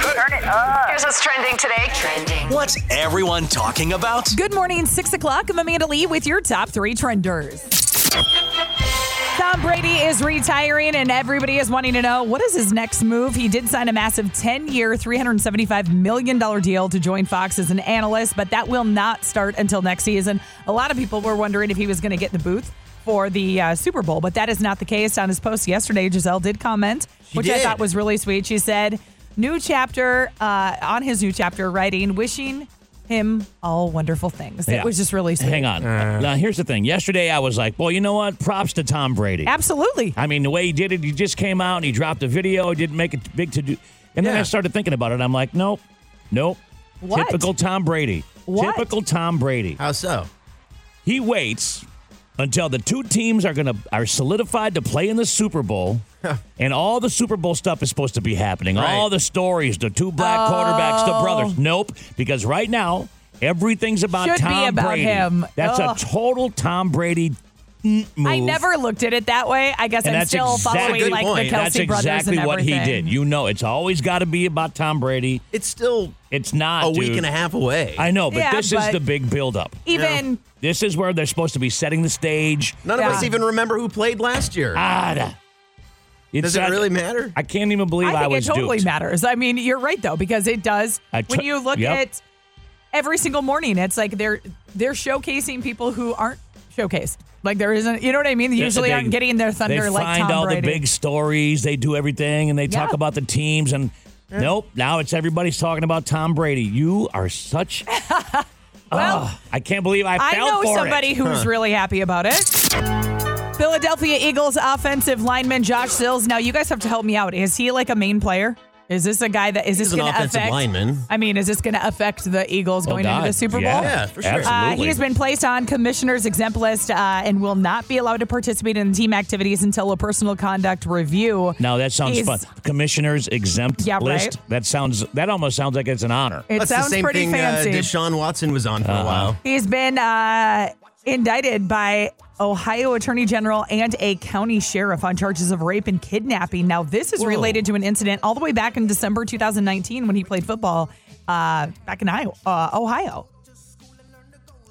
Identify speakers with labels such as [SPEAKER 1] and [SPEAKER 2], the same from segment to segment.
[SPEAKER 1] Turn it up.
[SPEAKER 2] Here's what's trending today. Trending.
[SPEAKER 3] What's everyone talking about?
[SPEAKER 4] Good morning, six o'clock. I'm Amanda Lee with your top three trenders. Tom Brady is retiring, and everybody is wanting to know what is his next move. He did sign a massive 10 year, $375 million deal to join Fox as an analyst, but that will not start until next season. A lot of people were wondering if he was going to get the booth for the uh, Super Bowl, but that is not the case. On his post yesterday, Giselle did comment, which I
[SPEAKER 3] did.
[SPEAKER 4] thought was really sweet. She said, New chapter, uh, on his new chapter, writing, wishing him all wonderful things.
[SPEAKER 5] Yeah.
[SPEAKER 4] It was just really sweet.
[SPEAKER 5] Hang on. now, here's the thing. Yesterday, I was like, well, you know what? Props to Tom Brady.
[SPEAKER 4] Absolutely.
[SPEAKER 5] I mean, the way he did it, he just came out and he dropped a video. He didn't make it big to do. And then
[SPEAKER 3] Yeah.
[SPEAKER 5] I started thinking about it. I'm like, nope, nope.
[SPEAKER 4] What?
[SPEAKER 5] Typical Tom Brady.
[SPEAKER 4] What?
[SPEAKER 5] Typical Tom Brady.
[SPEAKER 3] How so?
[SPEAKER 5] He waits until the two teams are gonna are solidified to play in the Super Bowl. And all the Super Bowl stuff is supposed to be happening.
[SPEAKER 3] Right.
[SPEAKER 5] All the stories, the two black quarterbacks,
[SPEAKER 4] Oh.
[SPEAKER 5] the brothers. Nope, because right now everything's about
[SPEAKER 4] Should be
[SPEAKER 5] Tom
[SPEAKER 4] about
[SPEAKER 5] Brady.
[SPEAKER 4] him.
[SPEAKER 5] That's
[SPEAKER 4] Ugh.
[SPEAKER 5] a total Tom Brady mm, move.
[SPEAKER 4] I never looked at it that way. I guess
[SPEAKER 5] And
[SPEAKER 4] I'm
[SPEAKER 5] that's
[SPEAKER 4] still
[SPEAKER 5] exactly-
[SPEAKER 4] following
[SPEAKER 3] Good
[SPEAKER 4] like
[SPEAKER 3] point.
[SPEAKER 4] the Kelsey
[SPEAKER 5] That's
[SPEAKER 4] brothers
[SPEAKER 5] exactly
[SPEAKER 4] and
[SPEAKER 5] what he
[SPEAKER 4] everything.
[SPEAKER 5] did. You know, it's always got to be about Tom Brady.
[SPEAKER 3] It's still
[SPEAKER 5] It's not
[SPEAKER 3] a week
[SPEAKER 5] dude.
[SPEAKER 3] and a half away.
[SPEAKER 5] I know, but
[SPEAKER 4] Yeah,
[SPEAKER 5] this
[SPEAKER 4] but-
[SPEAKER 5] is the big buildup.
[SPEAKER 4] Even
[SPEAKER 5] This is where they're supposed to be setting the stage.
[SPEAKER 3] None
[SPEAKER 4] Yeah.
[SPEAKER 3] of us even remember who played last year.
[SPEAKER 5] God. It's
[SPEAKER 3] Does it
[SPEAKER 5] not-
[SPEAKER 3] really matter?
[SPEAKER 5] I can't even believe
[SPEAKER 4] I
[SPEAKER 5] I,
[SPEAKER 4] think it
[SPEAKER 5] was
[SPEAKER 4] totally
[SPEAKER 5] duped.
[SPEAKER 4] matters. I mean, you're right though because it does.
[SPEAKER 5] I
[SPEAKER 4] when
[SPEAKER 5] to-
[SPEAKER 4] you look
[SPEAKER 5] yep.
[SPEAKER 4] at every single morning, it's like they're they're showcasing people who aren't showcased. Like there isn't, you know what I mean? They
[SPEAKER 5] Yeah,
[SPEAKER 4] usually
[SPEAKER 5] they-
[SPEAKER 4] aren't getting their thunder
[SPEAKER 5] They
[SPEAKER 4] like
[SPEAKER 5] find
[SPEAKER 4] Tom
[SPEAKER 5] all
[SPEAKER 4] Brady.
[SPEAKER 5] the big stories. They do everything, and they talk
[SPEAKER 4] Yeah.
[SPEAKER 5] about the teams. And nope, now it's everybody's talking about Tom Brady. You are such.
[SPEAKER 4] well,
[SPEAKER 5] Ugh, I can't believe I,
[SPEAKER 4] I
[SPEAKER 5] fell
[SPEAKER 4] know
[SPEAKER 5] for
[SPEAKER 4] somebody
[SPEAKER 5] it.
[SPEAKER 4] who's really happy about it. Philadelphia Eagles offensive lineman Josh Sills. Now you guys have to help me out. Is he like a main player? Is this a guy that is
[SPEAKER 3] He's
[SPEAKER 4] this
[SPEAKER 3] an
[SPEAKER 4] going to
[SPEAKER 3] offensive
[SPEAKER 4] affect?
[SPEAKER 3] lineman.
[SPEAKER 4] I mean, is this going to affect the Eagles
[SPEAKER 5] Oh,
[SPEAKER 4] going into the
[SPEAKER 5] God.
[SPEAKER 4] Super Bowl?
[SPEAKER 5] Yeah,
[SPEAKER 3] Yeah, for sure.
[SPEAKER 4] Uh,
[SPEAKER 5] Absolutely.
[SPEAKER 4] he has been placed on commissioner's exempt list uh, and will not be allowed to participate in team activities until a personal conduct review.
[SPEAKER 5] Now that sounds
[SPEAKER 4] He's-
[SPEAKER 5] fun. Commissioners exempt
[SPEAKER 4] Yeah, right.
[SPEAKER 5] list. That sounds. That almost sounds like it's an honor.
[SPEAKER 4] It
[SPEAKER 3] That's
[SPEAKER 4] sounds
[SPEAKER 3] the same
[SPEAKER 4] pretty
[SPEAKER 3] thing uh,
[SPEAKER 4] fancy.
[SPEAKER 3] Deshaun Watson was on for
[SPEAKER 5] Uh-huh.
[SPEAKER 3] a while.
[SPEAKER 4] He's been uh, indicted by Ohio Attorney General and a county sheriff on charges of rape and kidnapping. Now, this is related to an incident all the way back in December 2019 when he played football uh, back in Iowa, uh, Ohio.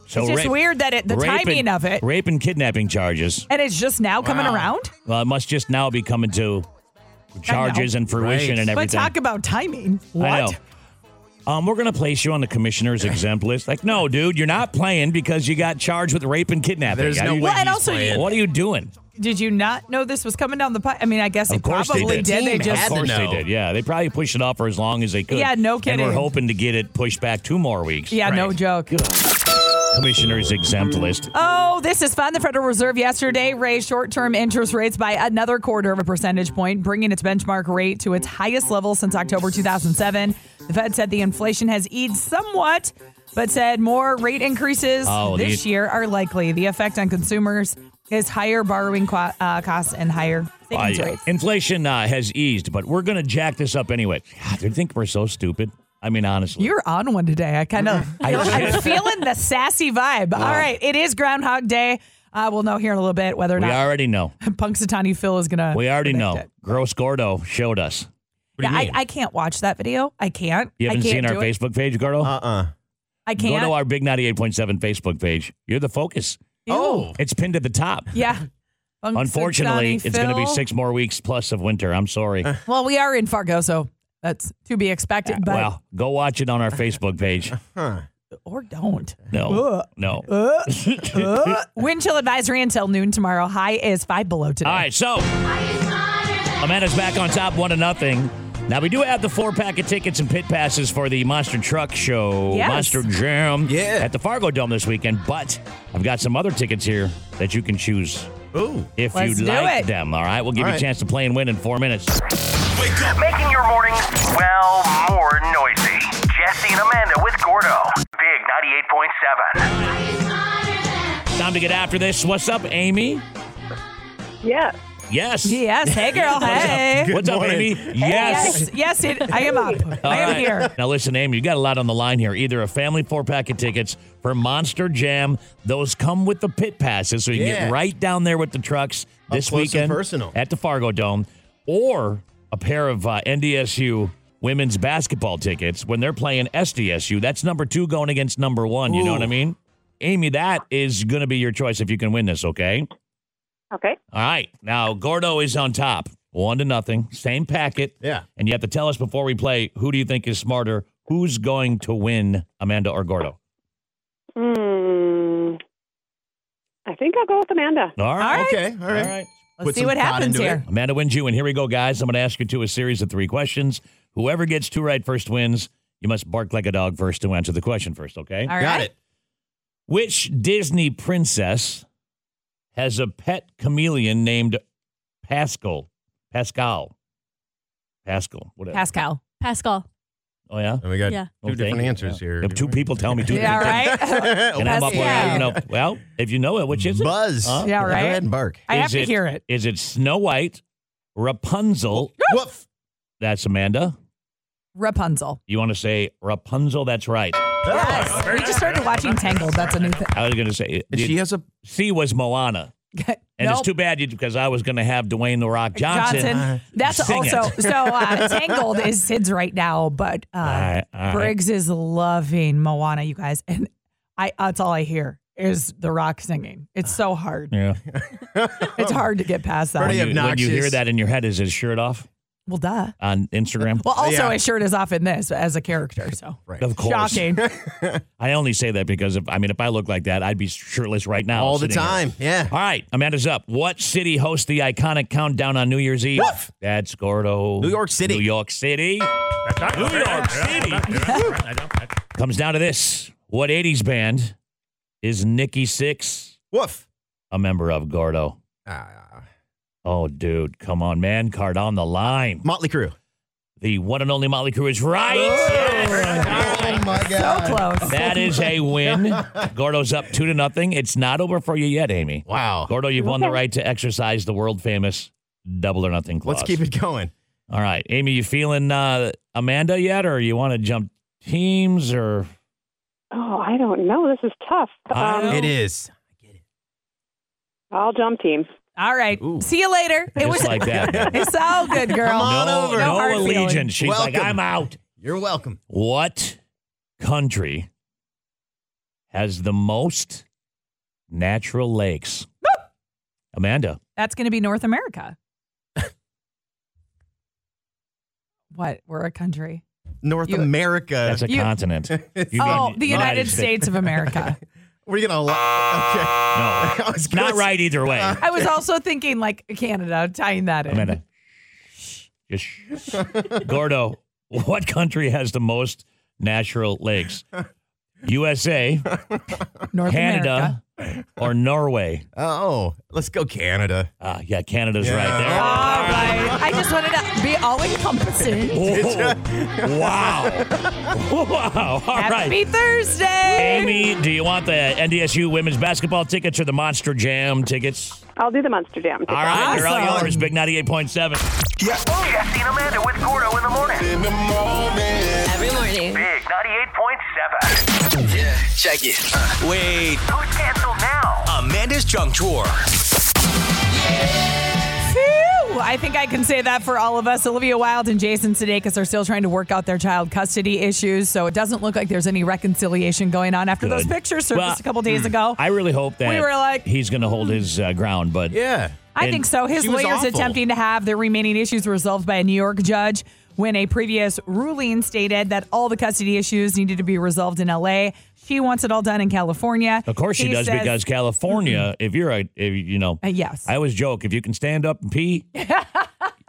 [SPEAKER 5] so
[SPEAKER 4] it's just
[SPEAKER 5] rape-
[SPEAKER 4] weird that it, the
[SPEAKER 5] rape and-
[SPEAKER 4] timing of it,
[SPEAKER 5] Rape and kidnapping charges.
[SPEAKER 4] and it's just now coming around.
[SPEAKER 5] Well, it must just now be coming to charges and fruition
[SPEAKER 3] Right.
[SPEAKER 5] and
[SPEAKER 4] But
[SPEAKER 5] everything.
[SPEAKER 4] talk about timing. What?
[SPEAKER 5] I know. Um, we're gonna place you on the commissioner's exempt list. Like, no, dude, you're not playing because you got charged with rape and kidnapping.
[SPEAKER 3] There's
[SPEAKER 5] Are
[SPEAKER 3] no
[SPEAKER 5] you-
[SPEAKER 3] way
[SPEAKER 4] Well, and
[SPEAKER 3] he's
[SPEAKER 4] also-
[SPEAKER 3] playing.
[SPEAKER 5] What are you doing?
[SPEAKER 4] Did you not know this was coming down the pipe? I mean, I guess
[SPEAKER 5] Of
[SPEAKER 4] it
[SPEAKER 5] course
[SPEAKER 4] probably
[SPEAKER 5] they did.
[SPEAKER 4] They
[SPEAKER 3] Team
[SPEAKER 4] just
[SPEAKER 3] had
[SPEAKER 5] of course
[SPEAKER 3] to know.
[SPEAKER 5] they did. Yeah, they probably pushed it off for as long as they could.
[SPEAKER 4] Yeah, no
[SPEAKER 5] And
[SPEAKER 4] kidding.
[SPEAKER 5] we're hoping to get it pushed back two more weeks.
[SPEAKER 4] yeah, no
[SPEAKER 3] Right.
[SPEAKER 4] joke.
[SPEAKER 5] Commissioner's exempt list.
[SPEAKER 4] Oh, this is fun. The Federal Reserve yesterday raised short term interest rates by another quarter of a percentage point, bringing its benchmark rate to its highest level since October 2007. The Fed said the inflation has eased somewhat, but said more rate increases
[SPEAKER 5] Oh, the-
[SPEAKER 4] this year are likely. The effect on consumers is higher borrowing qua uh, costs and higher savings
[SPEAKER 5] Uh,
[SPEAKER 4] rates.
[SPEAKER 5] inflation uh, has eased, but we're gonna jack this up anyway. God, they think we're so stupid. I mean, honestly.
[SPEAKER 4] You're on one today. I kind of,
[SPEAKER 5] I did.
[SPEAKER 4] I'm feeling the sassy vibe. All right, it is Groundhog Day. Uh, we'll know here in a little bit whether or
[SPEAKER 5] we
[SPEAKER 4] not
[SPEAKER 5] already know.
[SPEAKER 4] Punxsutawney Phil is gonna.
[SPEAKER 5] We already
[SPEAKER 4] predict
[SPEAKER 5] know.
[SPEAKER 4] it.
[SPEAKER 5] Gross Gordo showed us. What
[SPEAKER 4] Yeah,
[SPEAKER 5] do you
[SPEAKER 4] I,
[SPEAKER 5] mean?
[SPEAKER 4] I can't watch that video. I can't.
[SPEAKER 5] you haven't
[SPEAKER 4] I can't
[SPEAKER 5] seen our
[SPEAKER 4] do it.
[SPEAKER 5] Facebook page, Gordo?
[SPEAKER 3] Uh-uh.
[SPEAKER 4] I
[SPEAKER 5] Go
[SPEAKER 4] can't.
[SPEAKER 5] to our Big 98.7 Facebook page. You're the focus.
[SPEAKER 4] Ew.
[SPEAKER 3] Oh.
[SPEAKER 5] It's pinned at the top.
[SPEAKER 4] Yeah. Punxsutawney
[SPEAKER 5] Unfortunately, it's going to be
[SPEAKER 4] Phil.
[SPEAKER 5] six more weeks plus of winter. I'm sorry.
[SPEAKER 4] Well, we are in Fargo, so that's to be expected. But
[SPEAKER 5] well, go watch it on our Facebook page.
[SPEAKER 4] or don't.
[SPEAKER 5] No. No.
[SPEAKER 4] Wind chill advisory until noon tomorrow. High is five below today.
[SPEAKER 5] All right, so Amanda's back on top, one to nothing. Now we do have the four pack of tickets and pit passes for the Monster Truck Show,
[SPEAKER 4] Yes.
[SPEAKER 5] Monster Jam,
[SPEAKER 3] Yeah.
[SPEAKER 5] at the Fargo Dome this weekend. But I've got some other tickets here that you can choose
[SPEAKER 3] Ooh.
[SPEAKER 5] if
[SPEAKER 4] Let's
[SPEAKER 5] you
[SPEAKER 4] do
[SPEAKER 5] like
[SPEAKER 4] it.
[SPEAKER 5] them. All right, we'll give
[SPEAKER 3] All
[SPEAKER 5] you a
[SPEAKER 3] right.
[SPEAKER 5] chance to play and win in four minutes.
[SPEAKER 1] Making your mornings, well, more noisy. 98.7.
[SPEAKER 5] Time to get after this. What's up, Amy?
[SPEAKER 6] Yeah.
[SPEAKER 5] Yes.
[SPEAKER 4] Yes. Hey, girl. Hey.
[SPEAKER 5] What's up,
[SPEAKER 3] morning.
[SPEAKER 5] Amy? Yes.
[SPEAKER 4] Yes. Yes. It, I am up. I am
[SPEAKER 5] All right.
[SPEAKER 4] here.
[SPEAKER 5] Now listen, Amy, you got a lot on the line here. Either a family four pack of tickets for Monster Jam. Those come with the pit passes, so you can
[SPEAKER 3] Yeah.
[SPEAKER 5] get right down there with the trucks this
[SPEAKER 3] close and
[SPEAKER 5] weekend
[SPEAKER 3] personal.
[SPEAKER 5] at the Fargo Dome, or a pair of uh, NDSU women's basketball tickets when they're playing SDSU. That's number two going against number one. You know what I
[SPEAKER 3] Ooh.
[SPEAKER 5] mean? Amy, that is going to be your choice if you can win this. Okay.
[SPEAKER 6] Okay.
[SPEAKER 5] All right. Now Gordo is on top. One to nothing. Same packet.
[SPEAKER 3] Yeah.
[SPEAKER 5] And you have to tell us before we play who do you think is smarter? Who's going to win, Amanda or Gordo?
[SPEAKER 6] Hmm. I think I'll go with Amanda.
[SPEAKER 5] All right.
[SPEAKER 3] Okay, all right.
[SPEAKER 4] Let's
[SPEAKER 3] Put
[SPEAKER 4] see
[SPEAKER 3] some
[SPEAKER 4] what
[SPEAKER 3] thought
[SPEAKER 4] happens
[SPEAKER 3] into it.
[SPEAKER 4] here.
[SPEAKER 5] Amanda wins you. And here we go, guys. I'm going to ask you to a series of three questions. Whoever gets two right first wins. You must bark like a dog first to answer the question first, okay?
[SPEAKER 4] All right.
[SPEAKER 3] Got it.
[SPEAKER 5] Which Disney princess has a pet chameleon named Pascal? Pascal. Pascal. Whatever.
[SPEAKER 4] Pascal.
[SPEAKER 7] Pascal.
[SPEAKER 5] oh, yeah?
[SPEAKER 3] And we got
[SPEAKER 7] Yeah.
[SPEAKER 3] two different
[SPEAKER 5] Okay.
[SPEAKER 3] answers
[SPEAKER 5] Yeah.
[SPEAKER 3] here.
[SPEAKER 5] If two people tell me two
[SPEAKER 4] Yeah,
[SPEAKER 5] different things.
[SPEAKER 4] right?
[SPEAKER 3] Oh,
[SPEAKER 5] And I'm up
[SPEAKER 4] Pascal.
[SPEAKER 5] where, you know, well, if you know it, which is it?
[SPEAKER 3] Buzz.
[SPEAKER 5] Huh?
[SPEAKER 4] Yeah, right?
[SPEAKER 3] Go ahead and bark.
[SPEAKER 4] I have
[SPEAKER 5] Is
[SPEAKER 4] to hear it.
[SPEAKER 5] Is it Snow White, Rapunzel?
[SPEAKER 3] Woof.
[SPEAKER 5] That's Amanda.
[SPEAKER 4] Rapunzel.
[SPEAKER 5] You want to say Rapunzel? That's right.
[SPEAKER 4] Yes. We just started watching Tangled. That's a new thing.
[SPEAKER 5] I was going to say
[SPEAKER 3] And she has a.
[SPEAKER 5] C was Moana, and
[SPEAKER 4] Nope.
[SPEAKER 5] it's too bad you, because I was going to have Dwayne the Rock Johnson.
[SPEAKER 4] Johnson. That's
[SPEAKER 5] Uh, Sing it.
[SPEAKER 4] also so uh, Tangled is Sid's right now, but uh,
[SPEAKER 5] All right.
[SPEAKER 4] Briggs is loving Moana, you guys, and I that's all I hear is the rock singing. It's so hard.
[SPEAKER 5] Yeah.
[SPEAKER 4] It's hard to get past that.
[SPEAKER 3] Pretty
[SPEAKER 5] You- when
[SPEAKER 3] obnoxious.
[SPEAKER 5] you hear that in your head, is his shirt off
[SPEAKER 4] Well, duh.
[SPEAKER 5] on Instagram?
[SPEAKER 4] Well, also
[SPEAKER 3] Yeah.
[SPEAKER 4] his shirt is off in this as a character, so
[SPEAKER 3] Right.
[SPEAKER 5] Of course.
[SPEAKER 4] shocking.
[SPEAKER 5] I only say that because if I mean if I look like that, I'd be shirtless right now.
[SPEAKER 3] All the
[SPEAKER 5] sitting here.
[SPEAKER 3] time. Yeah.
[SPEAKER 5] All right, Amanda's up. What city hosts the iconic countdown on New Year's Eve?
[SPEAKER 3] Woof.
[SPEAKER 5] That's Gordo.
[SPEAKER 3] New York City.
[SPEAKER 5] New York City. New York City. Comes down to this. What 80s band is Nikki Six
[SPEAKER 3] Woof.
[SPEAKER 5] a member of, Gordo?
[SPEAKER 3] Ah,
[SPEAKER 5] Oh, dude, come on, man. Card on the line.
[SPEAKER 3] Motley Crue.
[SPEAKER 5] The one and only Motley Crue is right.
[SPEAKER 3] Oh my
[SPEAKER 4] so close.
[SPEAKER 5] That is a win. Gordo's up two to nothing. It's not over for you yet, Amy.
[SPEAKER 3] Wow.
[SPEAKER 5] Gordo, you've won the right to exercise the world famous double or nothing clause.
[SPEAKER 3] Let's keep it going.
[SPEAKER 5] All right, Amy, you feeling uh, Amanda yet, or you want to jump teams, or
[SPEAKER 6] Oh, I don't know. This is tough.
[SPEAKER 4] Um,
[SPEAKER 6] Um,
[SPEAKER 5] I don't know.
[SPEAKER 3] It is.
[SPEAKER 6] I'll jump team.
[SPEAKER 4] All right.
[SPEAKER 3] Ooh.
[SPEAKER 4] See you later. It
[SPEAKER 5] just
[SPEAKER 4] was
[SPEAKER 5] like that?
[SPEAKER 4] it's all good, girl.
[SPEAKER 3] Come on
[SPEAKER 5] no,
[SPEAKER 3] over.
[SPEAKER 5] no,
[SPEAKER 4] hard
[SPEAKER 5] allegiance.
[SPEAKER 4] feelings.
[SPEAKER 5] She's like,
[SPEAKER 3] Welcome.
[SPEAKER 5] I'm out.
[SPEAKER 3] You're welcome.
[SPEAKER 5] What country has the most natural lakes? Amanda,
[SPEAKER 4] That's going to be North America. what? We're a country.
[SPEAKER 3] North
[SPEAKER 4] You-
[SPEAKER 3] America.
[SPEAKER 5] that's a
[SPEAKER 4] You-
[SPEAKER 5] continent. You
[SPEAKER 4] oh,
[SPEAKER 5] mean
[SPEAKER 4] the United States of America.
[SPEAKER 3] We're going to. Okay.
[SPEAKER 5] No,
[SPEAKER 3] I was gonna
[SPEAKER 5] not
[SPEAKER 3] say- uh,
[SPEAKER 5] right either way.
[SPEAKER 4] I was also thinking like Canada, tying that in.
[SPEAKER 5] Amanda, just shh. Gordo, what country has the most natural lakes? USA,
[SPEAKER 4] North America.
[SPEAKER 5] Canada, or Norway?
[SPEAKER 3] Oh, let's go Canada.
[SPEAKER 5] Ah, yeah, Canada's
[SPEAKER 3] Yeah.
[SPEAKER 4] All
[SPEAKER 5] right
[SPEAKER 4] right. I just wanted to be all encompassing.
[SPEAKER 5] there. Whoa. Oh, Wow. Wow. All
[SPEAKER 4] Happy
[SPEAKER 5] right.
[SPEAKER 4] Thursday.
[SPEAKER 5] Amy, do you want the NDSU women's basketball tickets or the Monster Jam tickets?
[SPEAKER 6] I'll do the Monster Jam.
[SPEAKER 5] All right, they're all
[SPEAKER 4] Awesome.
[SPEAKER 5] yours. Big 98.7.
[SPEAKER 1] Jesse and Amanda with Gordo in the morning.
[SPEAKER 2] Every morning.
[SPEAKER 1] Big 98.7.
[SPEAKER 8] Check it. Wait.
[SPEAKER 1] Who's canceled now?
[SPEAKER 8] Amanda's junk drawer.
[SPEAKER 4] Phew. I think I can say that for all of us. Olivia Wilde and Jason Sudeikis are still trying to work out their child custody issues, so it doesn't look like there's any reconciliation going on after those
[SPEAKER 5] Good.
[SPEAKER 4] pictures surfaced
[SPEAKER 5] Well, hmm,
[SPEAKER 4] a couple days ago.
[SPEAKER 5] I really hope that
[SPEAKER 4] We were like,
[SPEAKER 5] he's going to hold his uh, ground, but
[SPEAKER 3] Yeah.
[SPEAKER 4] I
[SPEAKER 5] And
[SPEAKER 4] think so. His
[SPEAKER 3] she was
[SPEAKER 4] lawyers
[SPEAKER 3] awful.
[SPEAKER 4] attempting to have their remaining issues resolved by a New York judge when a previous ruling stated that all the custody issues needed to be resolved in LA. She wants it all done in California.
[SPEAKER 5] Of course she
[SPEAKER 4] He
[SPEAKER 5] does
[SPEAKER 4] says- Mm-hmm.
[SPEAKER 5] because California, if you're a, if, you know,
[SPEAKER 4] Uh, yes.
[SPEAKER 5] I always joke if you can stand up and pee,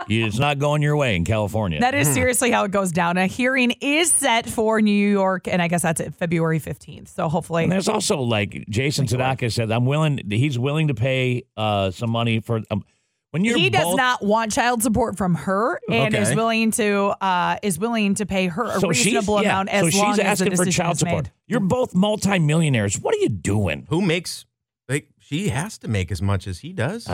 [SPEAKER 5] it's not going your way in California.
[SPEAKER 4] that is seriously how it goes down. A hearing is set for New York, and I guess that's it, February 15th. So hopefully.
[SPEAKER 5] and there's
[SPEAKER 4] Oh
[SPEAKER 5] also like Jason Sudeikis said, I'm willing. He's willing to pay uh, some money for. Um, When you're
[SPEAKER 4] he does
[SPEAKER 5] both-
[SPEAKER 4] not want child support from her and
[SPEAKER 3] Okay.
[SPEAKER 4] is willing to uh, is willing to pay her a
[SPEAKER 5] so she's-
[SPEAKER 4] reasonable
[SPEAKER 5] yeah,
[SPEAKER 4] amount as
[SPEAKER 5] so
[SPEAKER 4] long
[SPEAKER 5] she's
[SPEAKER 4] as
[SPEAKER 5] asking
[SPEAKER 4] the
[SPEAKER 5] for
[SPEAKER 4] decision
[SPEAKER 5] child
[SPEAKER 4] is
[SPEAKER 5] support.
[SPEAKER 4] made.
[SPEAKER 5] You're both multimillionaires. What are you doing?
[SPEAKER 3] Who makes? Like she has to make as much as he does.
[SPEAKER 5] Uh,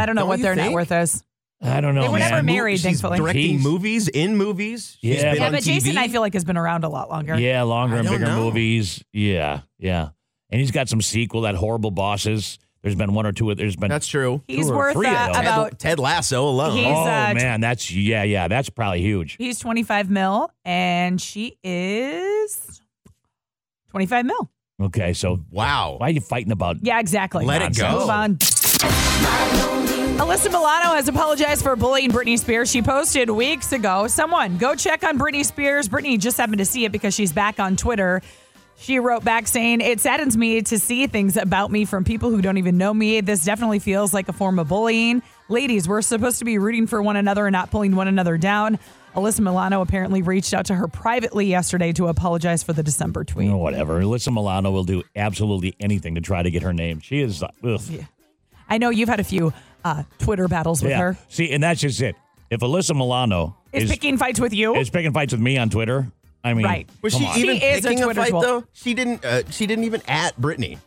[SPEAKER 4] I don't know
[SPEAKER 3] Don't
[SPEAKER 4] what
[SPEAKER 3] you
[SPEAKER 4] their net
[SPEAKER 3] think?
[SPEAKER 4] worth is.
[SPEAKER 5] I don't know.
[SPEAKER 4] They were
[SPEAKER 5] man.
[SPEAKER 4] never
[SPEAKER 3] Mo-
[SPEAKER 4] married,
[SPEAKER 3] She's
[SPEAKER 4] thankfully.
[SPEAKER 3] directing
[SPEAKER 5] Jeez.
[SPEAKER 3] movies in movies. She's
[SPEAKER 5] Yeah,
[SPEAKER 3] been
[SPEAKER 4] Yeah,
[SPEAKER 3] on
[SPEAKER 4] but
[SPEAKER 3] TV.
[SPEAKER 4] Jason, I feel like, has been around a lot longer.
[SPEAKER 5] Yeah, longer
[SPEAKER 3] I
[SPEAKER 5] and
[SPEAKER 3] don't
[SPEAKER 5] bigger
[SPEAKER 3] know.
[SPEAKER 5] movies. Yeah, yeah. And he's got some sequel that horrible bosses. There's been one or two. There's been
[SPEAKER 3] That's true.
[SPEAKER 4] He's
[SPEAKER 3] Two or
[SPEAKER 4] worth,
[SPEAKER 3] three of
[SPEAKER 4] uh,
[SPEAKER 3] those.
[SPEAKER 4] about-
[SPEAKER 3] Ted, Ted Lasso alone.
[SPEAKER 4] He's,
[SPEAKER 5] oh
[SPEAKER 4] uh,
[SPEAKER 5] man, that's yeah, yeah. That's probably huge.
[SPEAKER 4] He's 25 mil and she is 25 mil.
[SPEAKER 5] Okay, so
[SPEAKER 3] wow.
[SPEAKER 5] why are you fighting about?
[SPEAKER 4] Yeah, exactly.
[SPEAKER 3] Let it go.
[SPEAKER 4] Move on. Alyssa Milano has apologized for bullying Britney Spears. She posted weeks ago. Someone go check on Britney Spears. Britney just happened to see it because she's back on Twitter. She wrote back saying, It saddens me to see things about me from people who don't even know me. This definitely feels like a form of bullying. Ladies, we're supposed to be rooting for one another and not pulling one another down. Alyssa Milano apparently reached out to her privately yesterday to apologize for the December tweet.
[SPEAKER 5] You know, whatever. Alyssa Milano will do absolutely anything to try to get her name. She is. like, Ugh.
[SPEAKER 4] I know you've had a few uh, Twitter battles with
[SPEAKER 5] Yeah.
[SPEAKER 4] her.
[SPEAKER 5] See, and that's just it. If Alyssa Milano
[SPEAKER 4] Is,
[SPEAKER 5] is
[SPEAKER 4] picking fights with you?
[SPEAKER 5] is picking fights with me on Twitter, I mean,
[SPEAKER 4] Right.
[SPEAKER 3] Was
[SPEAKER 5] come
[SPEAKER 3] she
[SPEAKER 5] on.
[SPEAKER 3] even
[SPEAKER 4] She is a
[SPEAKER 3] picking a,
[SPEAKER 4] Twitter
[SPEAKER 3] fight
[SPEAKER 4] troll.
[SPEAKER 3] though? She didn't. Uh, she didn't even at Britney.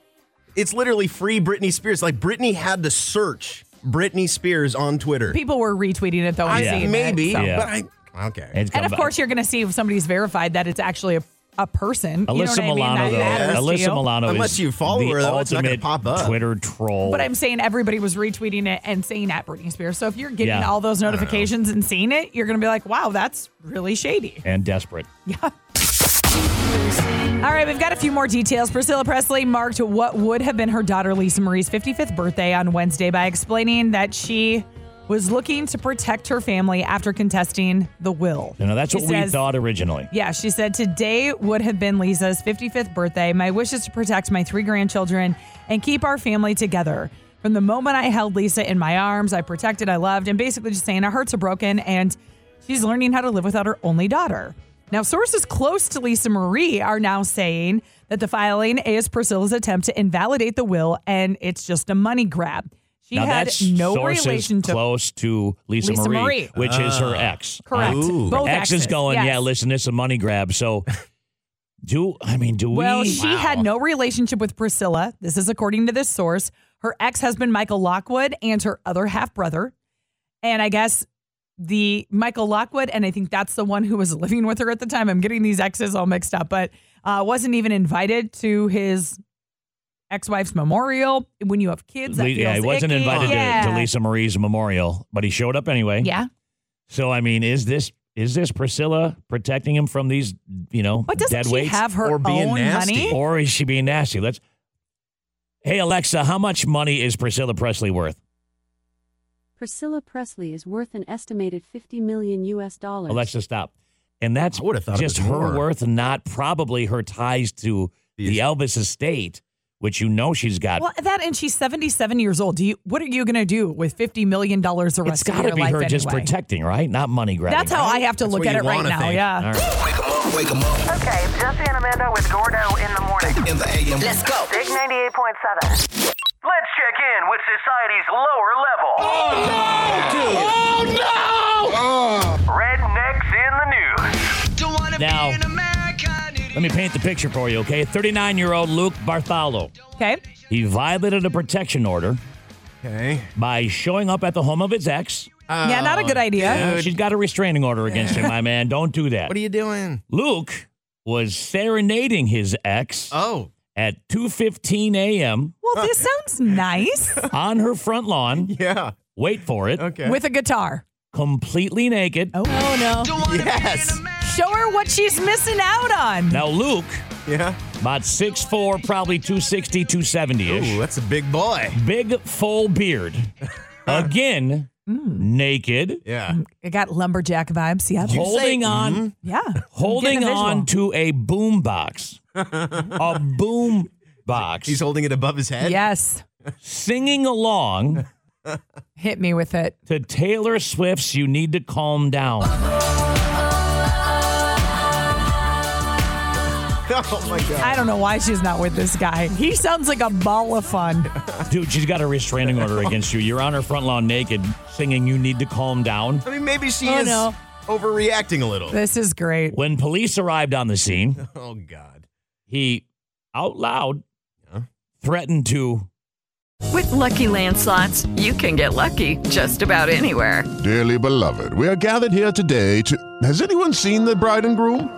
[SPEAKER 3] It's literally free Britney Spears. Like Britney had to search Britney Spears on Twitter.
[SPEAKER 4] People were retweeting it though.
[SPEAKER 3] I,
[SPEAKER 4] and seeing it,
[SPEAKER 3] maybe,
[SPEAKER 4] so.
[SPEAKER 5] Yeah.
[SPEAKER 3] but I okay.
[SPEAKER 5] It's come
[SPEAKER 4] And of
[SPEAKER 5] back.
[SPEAKER 4] course, you're going to see if somebody's verified that it's actually a, a person. you know
[SPEAKER 5] Alyssa
[SPEAKER 4] what I mean?
[SPEAKER 5] Milano,
[SPEAKER 4] That
[SPEAKER 5] though.
[SPEAKER 4] matters to
[SPEAKER 5] Alyssa
[SPEAKER 4] you.
[SPEAKER 5] Milano,
[SPEAKER 3] Unless
[SPEAKER 5] is
[SPEAKER 3] you follow
[SPEAKER 5] the
[SPEAKER 3] her, though, it's not
[SPEAKER 5] ultimate
[SPEAKER 3] gonna pop up.
[SPEAKER 5] Twitter troll.
[SPEAKER 4] But I'm saying everybody was retweeting it and saying at Britney Spears. So if you're getting
[SPEAKER 5] Yeah.
[SPEAKER 4] all those notifications and seeing it, you're going to be like, wow, that's really shady.
[SPEAKER 5] and desperate.
[SPEAKER 4] All right, we've got a few more details. Priscilla Presley marked what would have been her daughter Lisa Marie's 55th birthday on Wednesday by explaining that she was looking to protect her family after contesting the will.
[SPEAKER 5] You know, that's
[SPEAKER 4] She
[SPEAKER 5] what we
[SPEAKER 4] says-
[SPEAKER 5] thought originally.
[SPEAKER 4] Yeah, she said today would have been Lisa's 55th birthday. My wish is to protect my three grandchildren and keep our family together. From the moment I held Lisa in my arms, I protected, I loved, and basically just saying our hearts are broken and she's learning how to live without her only daughter. Now, sources close to Lisa Marie are now saying that the filing is Priscilla's attempt to invalidate the will and it's just a money grab. She
[SPEAKER 5] Now
[SPEAKER 4] had
[SPEAKER 5] that's
[SPEAKER 4] no
[SPEAKER 5] sources
[SPEAKER 4] relation to
[SPEAKER 5] close to Lisa,
[SPEAKER 4] Lisa
[SPEAKER 5] Marie,
[SPEAKER 4] Marie.
[SPEAKER 5] which is her ex.
[SPEAKER 4] correct.
[SPEAKER 3] Ooh.
[SPEAKER 4] Both
[SPEAKER 5] ex is
[SPEAKER 4] exes.
[SPEAKER 5] going,
[SPEAKER 4] Yes.
[SPEAKER 5] yeah, listen, it's a money grab. So do I mean do
[SPEAKER 4] Well,
[SPEAKER 5] we
[SPEAKER 4] she had no relationship with Priscilla. This is according to this source. Her ex husband, Michael Lockwood, and her other half brother. And I guess the Michael Lockwood, and I think that's the one who was living with her at the time. I'm getting these exes all mixed up, but uh, wasn't even invited to his ex wife's memorial. When you have kids, that
[SPEAKER 5] Le- yeah, he
[SPEAKER 4] feels
[SPEAKER 5] wasn't
[SPEAKER 4] icky.
[SPEAKER 5] invited
[SPEAKER 4] yeah.
[SPEAKER 5] to, to Lisa Marie's memorial, but he showed up anyway.
[SPEAKER 4] Yeah.
[SPEAKER 5] So I mean, is this is this Priscilla protecting him from these, you know,
[SPEAKER 4] But doesn't
[SPEAKER 5] dead
[SPEAKER 4] she
[SPEAKER 5] weights?
[SPEAKER 4] have her
[SPEAKER 3] or being
[SPEAKER 4] own
[SPEAKER 3] nasty.
[SPEAKER 4] money?
[SPEAKER 5] or is she being nasty? Let's Hey Alexa, how much money is Priscilla Presley worth?
[SPEAKER 7] Priscilla Presley is worth an estimated 50 million US dollars.
[SPEAKER 5] Alexa, stop. And that's
[SPEAKER 3] I would've thought it
[SPEAKER 5] just
[SPEAKER 3] was
[SPEAKER 5] her
[SPEAKER 3] more.
[SPEAKER 5] worth, not probably her ties to the
[SPEAKER 3] These-
[SPEAKER 5] Elvis estate, which you know she's got.
[SPEAKER 4] Well, that and she's 77 years old. Do you? What are you going to do with 50 million dollars the
[SPEAKER 5] it's
[SPEAKER 4] rest of
[SPEAKER 5] got
[SPEAKER 4] your
[SPEAKER 5] to be
[SPEAKER 4] life
[SPEAKER 5] her just
[SPEAKER 4] anyway?
[SPEAKER 5] protecting, right? Not money grabbing.
[SPEAKER 4] That's how I have to
[SPEAKER 3] That's
[SPEAKER 4] look
[SPEAKER 3] what
[SPEAKER 4] at
[SPEAKER 3] you
[SPEAKER 4] it right
[SPEAKER 3] wanna
[SPEAKER 4] now.
[SPEAKER 3] think.
[SPEAKER 4] Yeah.
[SPEAKER 5] All right.
[SPEAKER 8] Wake 'em up, wake 'em up.
[SPEAKER 1] Okay, Jesse and Amanda with Gordo in the morning.
[SPEAKER 8] In the AM.
[SPEAKER 2] Let's go.
[SPEAKER 1] Big 98.7. Let's check in with society's lower level. Oh no! Oh no! Rednecks in the news.
[SPEAKER 8] Don't wanna
[SPEAKER 5] Now-
[SPEAKER 8] be an American idiot.
[SPEAKER 5] Let me paint the picture for you, okay? 39 year old Luke Bartholo.
[SPEAKER 4] Okay.
[SPEAKER 5] He violated a protection order
[SPEAKER 3] okay.
[SPEAKER 5] by showing up at the home of his ex.
[SPEAKER 4] yeah, not a
[SPEAKER 3] Oh,
[SPEAKER 4] good idea.
[SPEAKER 5] She's got a restraining order against him, my man. Don't do that.
[SPEAKER 3] What are you doing?
[SPEAKER 5] Luke was serenading his ex
[SPEAKER 3] Oh,
[SPEAKER 5] at 2:15 a.m.
[SPEAKER 4] Well, this sounds nice
[SPEAKER 5] on her front lawn.
[SPEAKER 3] yeah.
[SPEAKER 5] Wait for it.
[SPEAKER 3] Okay.
[SPEAKER 4] with a guitar.
[SPEAKER 5] Completely naked.
[SPEAKER 4] Oh, no.
[SPEAKER 8] Don't wanna
[SPEAKER 3] yes.
[SPEAKER 4] Show her what she's missing out on.
[SPEAKER 5] Now Luke,
[SPEAKER 3] Yeah.
[SPEAKER 5] about 6'4", probably 260, 270
[SPEAKER 3] Ooh,
[SPEAKER 5] ish.
[SPEAKER 3] that's a big boy.
[SPEAKER 5] Big full beard. Again,
[SPEAKER 4] Hmm.
[SPEAKER 5] naked.
[SPEAKER 3] Yeah.
[SPEAKER 4] It got lumberjack vibes. Yeah.
[SPEAKER 5] holding on
[SPEAKER 4] yeah.
[SPEAKER 5] holding
[SPEAKER 4] Getting a visual.
[SPEAKER 5] on to a boom box. a boom box.
[SPEAKER 3] He's holding it above his head.
[SPEAKER 4] Yes.
[SPEAKER 5] singing along
[SPEAKER 4] Hit me with it.
[SPEAKER 5] to Taylor Swift's You Need to Calm Down.
[SPEAKER 3] oh my god.
[SPEAKER 4] I don't know why she's not with this guy. He sounds like a ball of fun.
[SPEAKER 5] Dude, she's got a restraining order against you. You're on her front lawn naked singing You Need to Calm Down.
[SPEAKER 3] I mean, maybe she
[SPEAKER 4] Oh,
[SPEAKER 3] is
[SPEAKER 4] no.
[SPEAKER 3] overreacting a little.
[SPEAKER 4] This is great.
[SPEAKER 5] When police arrived on the scene,
[SPEAKER 3] Oh god.
[SPEAKER 5] he out loud threatened to
[SPEAKER 9] With Lucky Land slots, you can get lucky just about anywhere.
[SPEAKER 10] Dearly beloved, we are gathered here today to. Has anyone seen the bride and groom?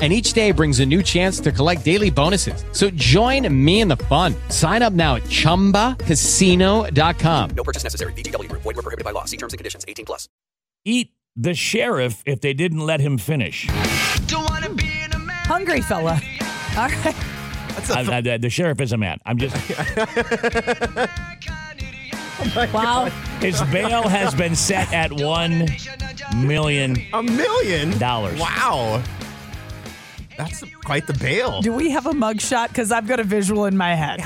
[SPEAKER 11] And each day brings a new chance to collect daily bonuses. So join me in the fun. Sign up now at chumbacasino.com.
[SPEAKER 12] No purchase necessary. VGW Group. Void were prohibited by law. See terms and conditions. 18 plus.
[SPEAKER 5] eat the sheriff if they didn't let him finish.
[SPEAKER 4] Hungry fella. All right.
[SPEAKER 5] I- I- the- the sheriff isn't mad. I'm just.
[SPEAKER 4] wow.
[SPEAKER 5] His bail has been set at one million.
[SPEAKER 3] A million
[SPEAKER 5] dollars.
[SPEAKER 3] Wow. That's quite the bail.
[SPEAKER 4] Do we have a mugshot? Because I've got a visual in my head.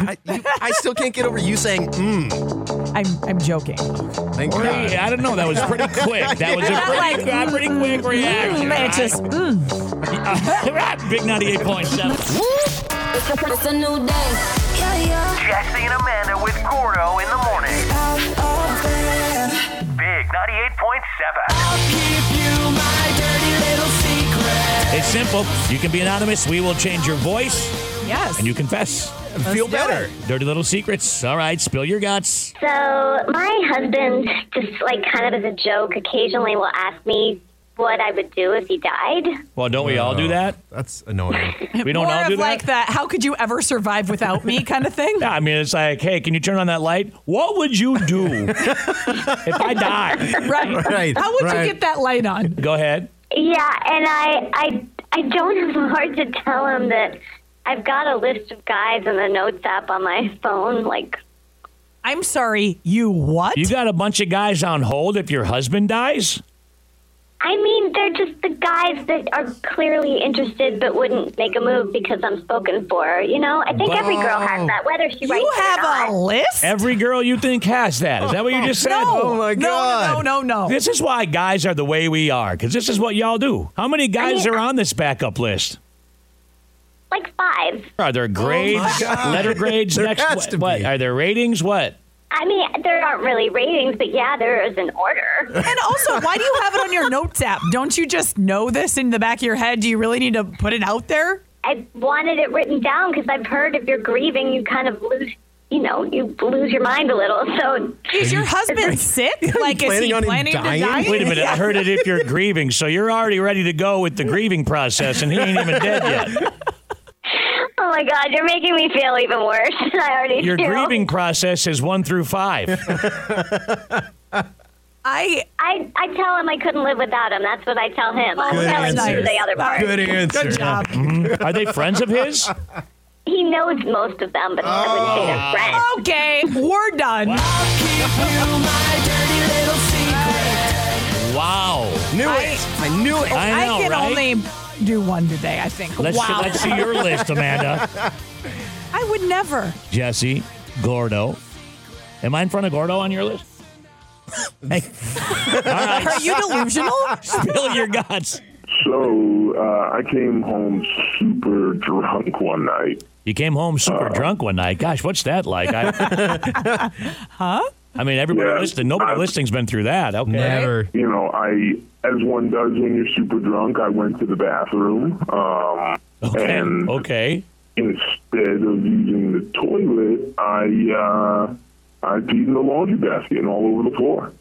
[SPEAKER 4] I,
[SPEAKER 3] still can't get over you saying, mm.
[SPEAKER 4] I'm, I'm joking.
[SPEAKER 3] Thank
[SPEAKER 5] Or-
[SPEAKER 3] God.
[SPEAKER 5] I don't know. That was pretty quick. That was a
[SPEAKER 4] Not
[SPEAKER 5] pretty,
[SPEAKER 4] like,
[SPEAKER 5] a pretty quick
[SPEAKER 4] mm,
[SPEAKER 5] reaction.
[SPEAKER 4] mm, it just,
[SPEAKER 5] Big 98.7.
[SPEAKER 1] It's a new day. Jackson and Amanda with Gordo in the morning. Big 98.7.
[SPEAKER 5] It's simple. You can be anonymous. We will change your voice.
[SPEAKER 4] Yes.
[SPEAKER 5] And you confess.
[SPEAKER 4] Feel do better.
[SPEAKER 5] Dirty little secrets. All right, spill your guts.
[SPEAKER 13] So my husband, just like kind of as a joke, occasionally will ask me what I would do if he died.
[SPEAKER 5] Well, don't we all do that?
[SPEAKER 3] That's annoying.
[SPEAKER 5] We don't
[SPEAKER 4] More
[SPEAKER 5] all do
[SPEAKER 4] of
[SPEAKER 5] that.
[SPEAKER 4] like that. How could you ever survive without me? Kind of thing.
[SPEAKER 5] Yeah, I mean, it's like, hey, can you turn on that light? What would you do if I die?
[SPEAKER 4] Right. How would you get that light on?
[SPEAKER 5] Go ahead.
[SPEAKER 13] Yeah, and I I I don't have the heart to tell him that I've got a list of guys in the notes app on my phone. Like
[SPEAKER 4] I'm sorry. You what?
[SPEAKER 5] You got a bunch of guys on hold if your husband dies?
[SPEAKER 13] I mean, they're just the guys that are clearly interested but wouldn't make a move because I'm spoken for. You know, I think every girl has that, whether she writes it or not.
[SPEAKER 4] have a list?
[SPEAKER 5] Every girl you think has that. Is that what you just said?
[SPEAKER 4] No. Oh, my No, no, God. no, no, no.
[SPEAKER 5] This is why guys are the way we are, because this is what y'all do. How many guys are on this backup list?
[SPEAKER 13] Like five.
[SPEAKER 5] Are there grades,
[SPEAKER 13] Oh God.
[SPEAKER 5] letter grades
[SPEAKER 13] There
[SPEAKER 5] next?
[SPEAKER 13] has
[SPEAKER 5] what,
[SPEAKER 13] to
[SPEAKER 5] what? Are there ratings? What?
[SPEAKER 13] I mean, there aren't really ratings, but yeah, there is an order.
[SPEAKER 4] And also, why do you have it on your notes app? Don't you just know this in the back of your head? Do you really need to put it out there?
[SPEAKER 13] I wanted it written down because I've heard if you're grieving, you kind of lose, you know, you lose your mind a little. So
[SPEAKER 4] Is your husband sick? Like, is he planning to die?
[SPEAKER 5] Wait a minute. I heard it if you're grieving. So you're already ready to go with the grieving process, and he ain't even dead yet.
[SPEAKER 13] Oh my God, you're making me feel even worse. I already
[SPEAKER 5] Your
[SPEAKER 13] feel.
[SPEAKER 5] grieving process is one through five.
[SPEAKER 4] I
[SPEAKER 13] I I tell him I couldn't live without him. That's what I tell him. I'm
[SPEAKER 5] Good
[SPEAKER 13] telling
[SPEAKER 5] answer.
[SPEAKER 13] you the other part.
[SPEAKER 5] Good job. Mhm. Are they friends of his?
[SPEAKER 13] He knows most of them, but I wouldn't say they're friends.
[SPEAKER 4] Okay, we're done.
[SPEAKER 5] Wow.
[SPEAKER 3] Knew
[SPEAKER 4] I-
[SPEAKER 3] it. I knew it.
[SPEAKER 4] I, can only do one today, I think.
[SPEAKER 5] Let's,
[SPEAKER 4] wow.
[SPEAKER 5] let's see your list, Amanda.
[SPEAKER 4] I would never.
[SPEAKER 5] Jesse, Gordo. Am I in front of Gordo on your list? Hey. All right.
[SPEAKER 4] Are you delusional?
[SPEAKER 5] Spill your guts.
[SPEAKER 14] So uh, I came home super drunk one night.
[SPEAKER 5] You came home
[SPEAKER 4] Uh.
[SPEAKER 5] super drunk one night. Gosh, what's that like? I,
[SPEAKER 4] huh? Uh.
[SPEAKER 5] I mean, everybody
[SPEAKER 14] Yeah,
[SPEAKER 5] listening, nobody listening's been through that. Okay.
[SPEAKER 14] You know, I, as one does when you're super drunk, I went to the bathroom. Um, And
[SPEAKER 5] okay.
[SPEAKER 14] Instead of using the toilet, I uh, I peed in the laundry basket and all over the floor.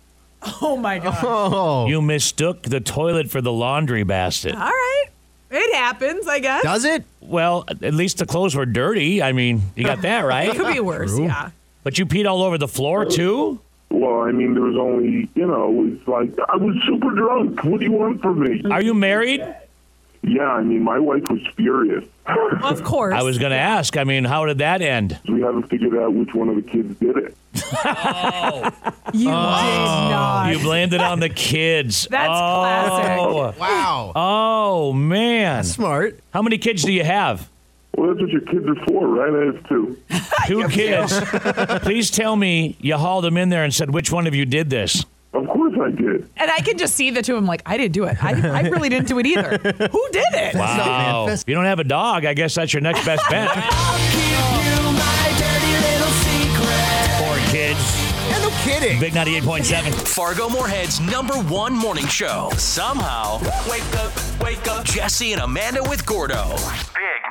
[SPEAKER 4] Oh my god.
[SPEAKER 5] You mistook the toilet for the laundry basket.
[SPEAKER 4] Uh. All right. It happens, I guess.
[SPEAKER 3] Does it?
[SPEAKER 5] Well, at least the clothes were dirty. I mean, you got that right.
[SPEAKER 4] It could be worse, True. yeah.
[SPEAKER 5] But you peed all over the floor too.
[SPEAKER 14] Well, I mean, there was only, you know, it's like I was super drunk. What do you want from me?
[SPEAKER 5] Are you married?
[SPEAKER 14] Yeah, I mean, my wife was furious.
[SPEAKER 4] Of course.
[SPEAKER 5] I was going to ask. I mean, how did that end?
[SPEAKER 14] We haven't figured out which one of the kids did it.
[SPEAKER 4] You did not.
[SPEAKER 5] Oh. You Oh. blamed it on the kids.
[SPEAKER 4] That's classic.
[SPEAKER 3] Wow.
[SPEAKER 5] Oh man.
[SPEAKER 3] smart.
[SPEAKER 5] How many kids do you have?
[SPEAKER 14] Well, that's what your kids are for, right? I have two.
[SPEAKER 5] Two kids. Please tell me you hauled them in there and said which one of you did this.
[SPEAKER 14] Of course I did.
[SPEAKER 4] And I can just see the two of them like, I didn't do it. I, I really didn't do it either. Who did it?
[SPEAKER 5] Wow. If Oh, you don't have a dog, I guess that's your next best bet. Poor kids.
[SPEAKER 3] Yeah, no kidding.
[SPEAKER 5] Big 98.7.
[SPEAKER 12] Fargo Moorhead's number one morning show. Somehow, wake up, wake up. Jesse and Amanda with Gordo.
[SPEAKER 1] Big